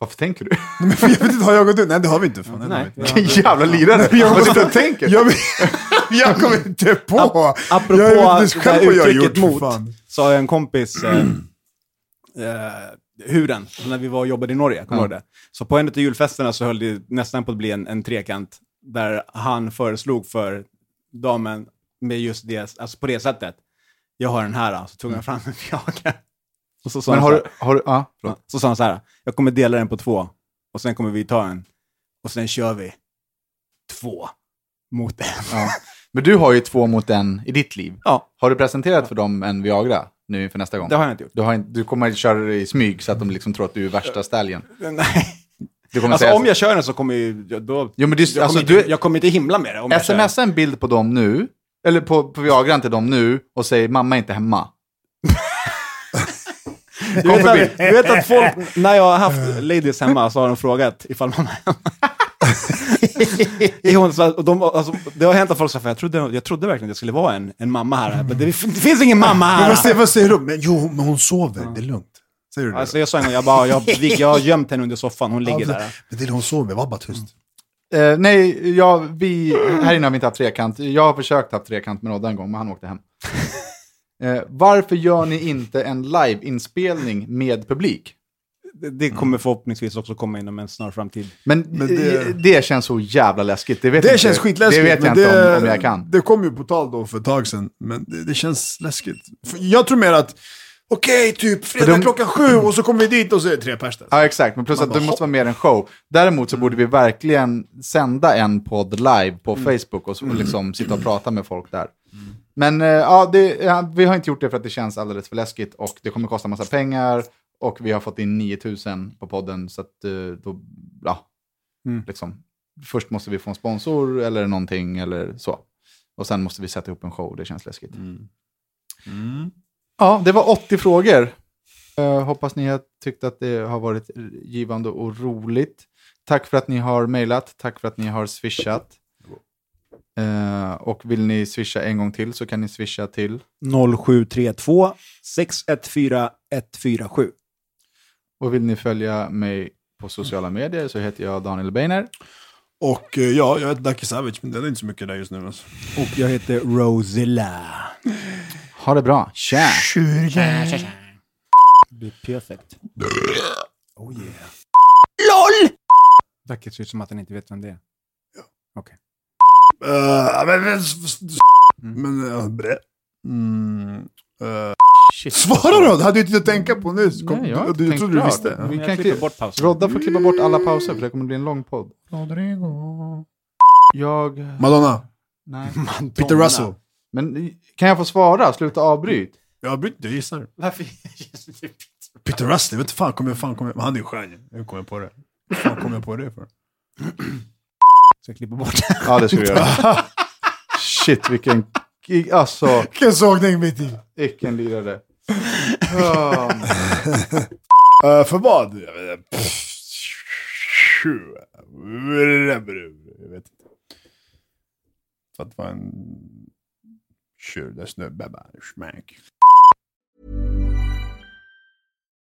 Speaker 3: Varför tänker du? [LAUGHS]
Speaker 5: Nej, men [LAUGHS] jag vet inte, har jag och du? Nej, det har vi inte. Fan, nej, det har vi
Speaker 4: Nej.
Speaker 5: inte.
Speaker 3: Vilken jävla lirare! [LAUGHS] Vad sitter du och tänker?
Speaker 5: Jag, jag kommer inte på.
Speaker 4: Apropå
Speaker 5: jag vet inte
Speaker 4: det där
Speaker 5: själv vad jag har
Speaker 4: uttrycket
Speaker 5: gjort, för
Speaker 4: mot,
Speaker 5: fan.
Speaker 4: så har jag en kompis, eh, eh, Huren, när vi var och jobbade i Norge, kommer du ihåg det? Så på en av julfesterna så höll det nästan på att bli en, en trekant, där han föreslog för damen med just det, alltså på det sättet, jag har den här, så
Speaker 5: Mm.
Speaker 4: tog han fram en fjaka. Och så sa
Speaker 3: Men
Speaker 4: han
Speaker 3: har
Speaker 4: så
Speaker 3: du...
Speaker 4: här-
Speaker 3: Har du ja.
Speaker 4: Så sa han så här, jag kommer dela den på två och sen kommer vi ta en och sen kör vi två mot en.
Speaker 3: Ja. Men du har ju två mot en i ditt liv.
Speaker 4: Ja.
Speaker 3: Har du presenterat för dem en Viagra nu inför nästa gång?
Speaker 4: Det har jag inte
Speaker 5: [LAUGHS]
Speaker 4: gjort.
Speaker 3: Du, har inte, du kommer att köra det i smyg så att de liksom tror att du är värsta stallion.
Speaker 4: Nej.
Speaker 3: Du kommer
Speaker 4: Alltså
Speaker 3: säga
Speaker 4: om jag kör den så kommer ju, jag- då,
Speaker 3: Jo, men det är-
Speaker 4: jag,
Speaker 3: alltså,
Speaker 4: kommer inte,
Speaker 3: du-
Speaker 4: jag kommer inte himla med det. Om jag kör den.
Speaker 3: Smsa en bild på dem nu, eller på, på Viagran till dem nu och säg mamma är inte hemma.
Speaker 4: Du vet, att, du vet att folk, när jag har haft ladies hemma så har de frågat ifall [LAUGHS] mamma är hemma. Är hon så- och de, alltså, det har hänt att folk säger, jag trodde, jag trodde verkligen det skulle vara en, en mamma här, men det, det finns ingen
Speaker 5: Men
Speaker 4: mamma här.
Speaker 5: vad säger, vad säger du? Men, jo, men hon sover. Det är lugnt. Säger du det?
Speaker 4: Alltså, jag sa en gång, jag, bara, jag, jag har gömt henne under soffan, hon ligger
Speaker 5: Ja,
Speaker 4: där.
Speaker 5: Men det är hon sover. Var bara tyst.
Speaker 3: Eh, nej, jag, vi, här inne har vi inte haft trekant. Jag har försökt haft trekant med Rodda en gång, men han åkte hem. Eh, varför gör ni inte en liveinspelning med publik?
Speaker 4: Det- Det
Speaker 3: Mm.
Speaker 4: kommer förhoppningsvis också komma inom en snar framtid.
Speaker 3: Men,
Speaker 5: det-
Speaker 3: det, det känns så jävla läskigt. Det, vet
Speaker 5: Det
Speaker 3: inte,
Speaker 5: känns skitläskigt.
Speaker 3: Det vet jag
Speaker 5: men
Speaker 3: inte
Speaker 5: det-
Speaker 3: om, om jag kan.
Speaker 5: Det kom ju på tal då för ett tag sedan, men det, det känns läskigt. För jag tror mer att, okej, typ fredag
Speaker 3: de-
Speaker 5: klockan sju och så kommer vi dit och så är det tre pers där.
Speaker 3: Ja, exakt. Men plus att det måste vara mer en show. Däremot så borde vi verkligen sända en podd live på Facebook och, så, och liksom sitta och prata med folk där. Men eh, ja, det, ja, vi har inte gjort det för att det känns alldeles för läskigt och det kommer kosta massa pengar och vi har fått in 9000 på podden så att eh, då, ja, liksom. Först måste vi få en sponsor eller någonting eller så. Och sen måste vi sätta ihop en show, det känns läskigt. Ja, det var 80 frågor. Eh, hoppas ni har tyckt att det har varit givande och roligt. Tack för att ni har mejlat, tack för att ni har swishat. Eh, och vill ni swisha en gång till så kan ni swisha till.
Speaker 4: 0732 614 147.
Speaker 3: Och vill ni följa mig på sociala medier så heter jag Daniel Beiner.
Speaker 5: Och eh, ja, jag heter Ducky Savage, men det är inte så mycket där just nu. Alltså.
Speaker 4: Och jag heter Rosilla.
Speaker 3: Ha det bra. Tja!
Speaker 4: Blir perfekt. Oh yeah.
Speaker 3: LOL!
Speaker 4: Ducket ser ut som att han inte vet vem det är.
Speaker 5: Eh, men, men, s- s- s- men, eh, ja, brä. Mm, eh. Svara då! Det hade du inte tänka på nyss. Kom,
Speaker 3: Nej, jag har inte
Speaker 5: du, du
Speaker 3: tänkt
Speaker 5: trodde du
Speaker 3: klart.
Speaker 5: visste.
Speaker 3: Vi
Speaker 5: Ja.
Speaker 3: kan klippa bort pauser. Rodda får klippa bort alla pauser för det kommer bli en lång podd.
Speaker 5: Rodrigo.
Speaker 3: Jag...
Speaker 5: Madonna.
Speaker 3: Nej.
Speaker 5: Peter Russell.
Speaker 3: Men kan jag få svara? Sluta avbryt.
Speaker 5: Jag avbryter, jag gissar.
Speaker 4: Varför?
Speaker 5: Peter Russell, jag vet inte fan kommer jag, fan kommer jag, men han är ju stjärn Hur kom jag på det? Hur fan kom jag på det för?
Speaker 4: Ska jag klippa bort det?
Speaker 3: Ja, det ska du göra. Shit, vilken... Alltså,
Speaker 5: Vilken sågning mitt i.
Speaker 3: vilken lirare. Ja.
Speaker 5: Eh, för vad? Jag vet inte. Pff, tju. Jag vet inte. För att vara en tjur, snubbe bara smack.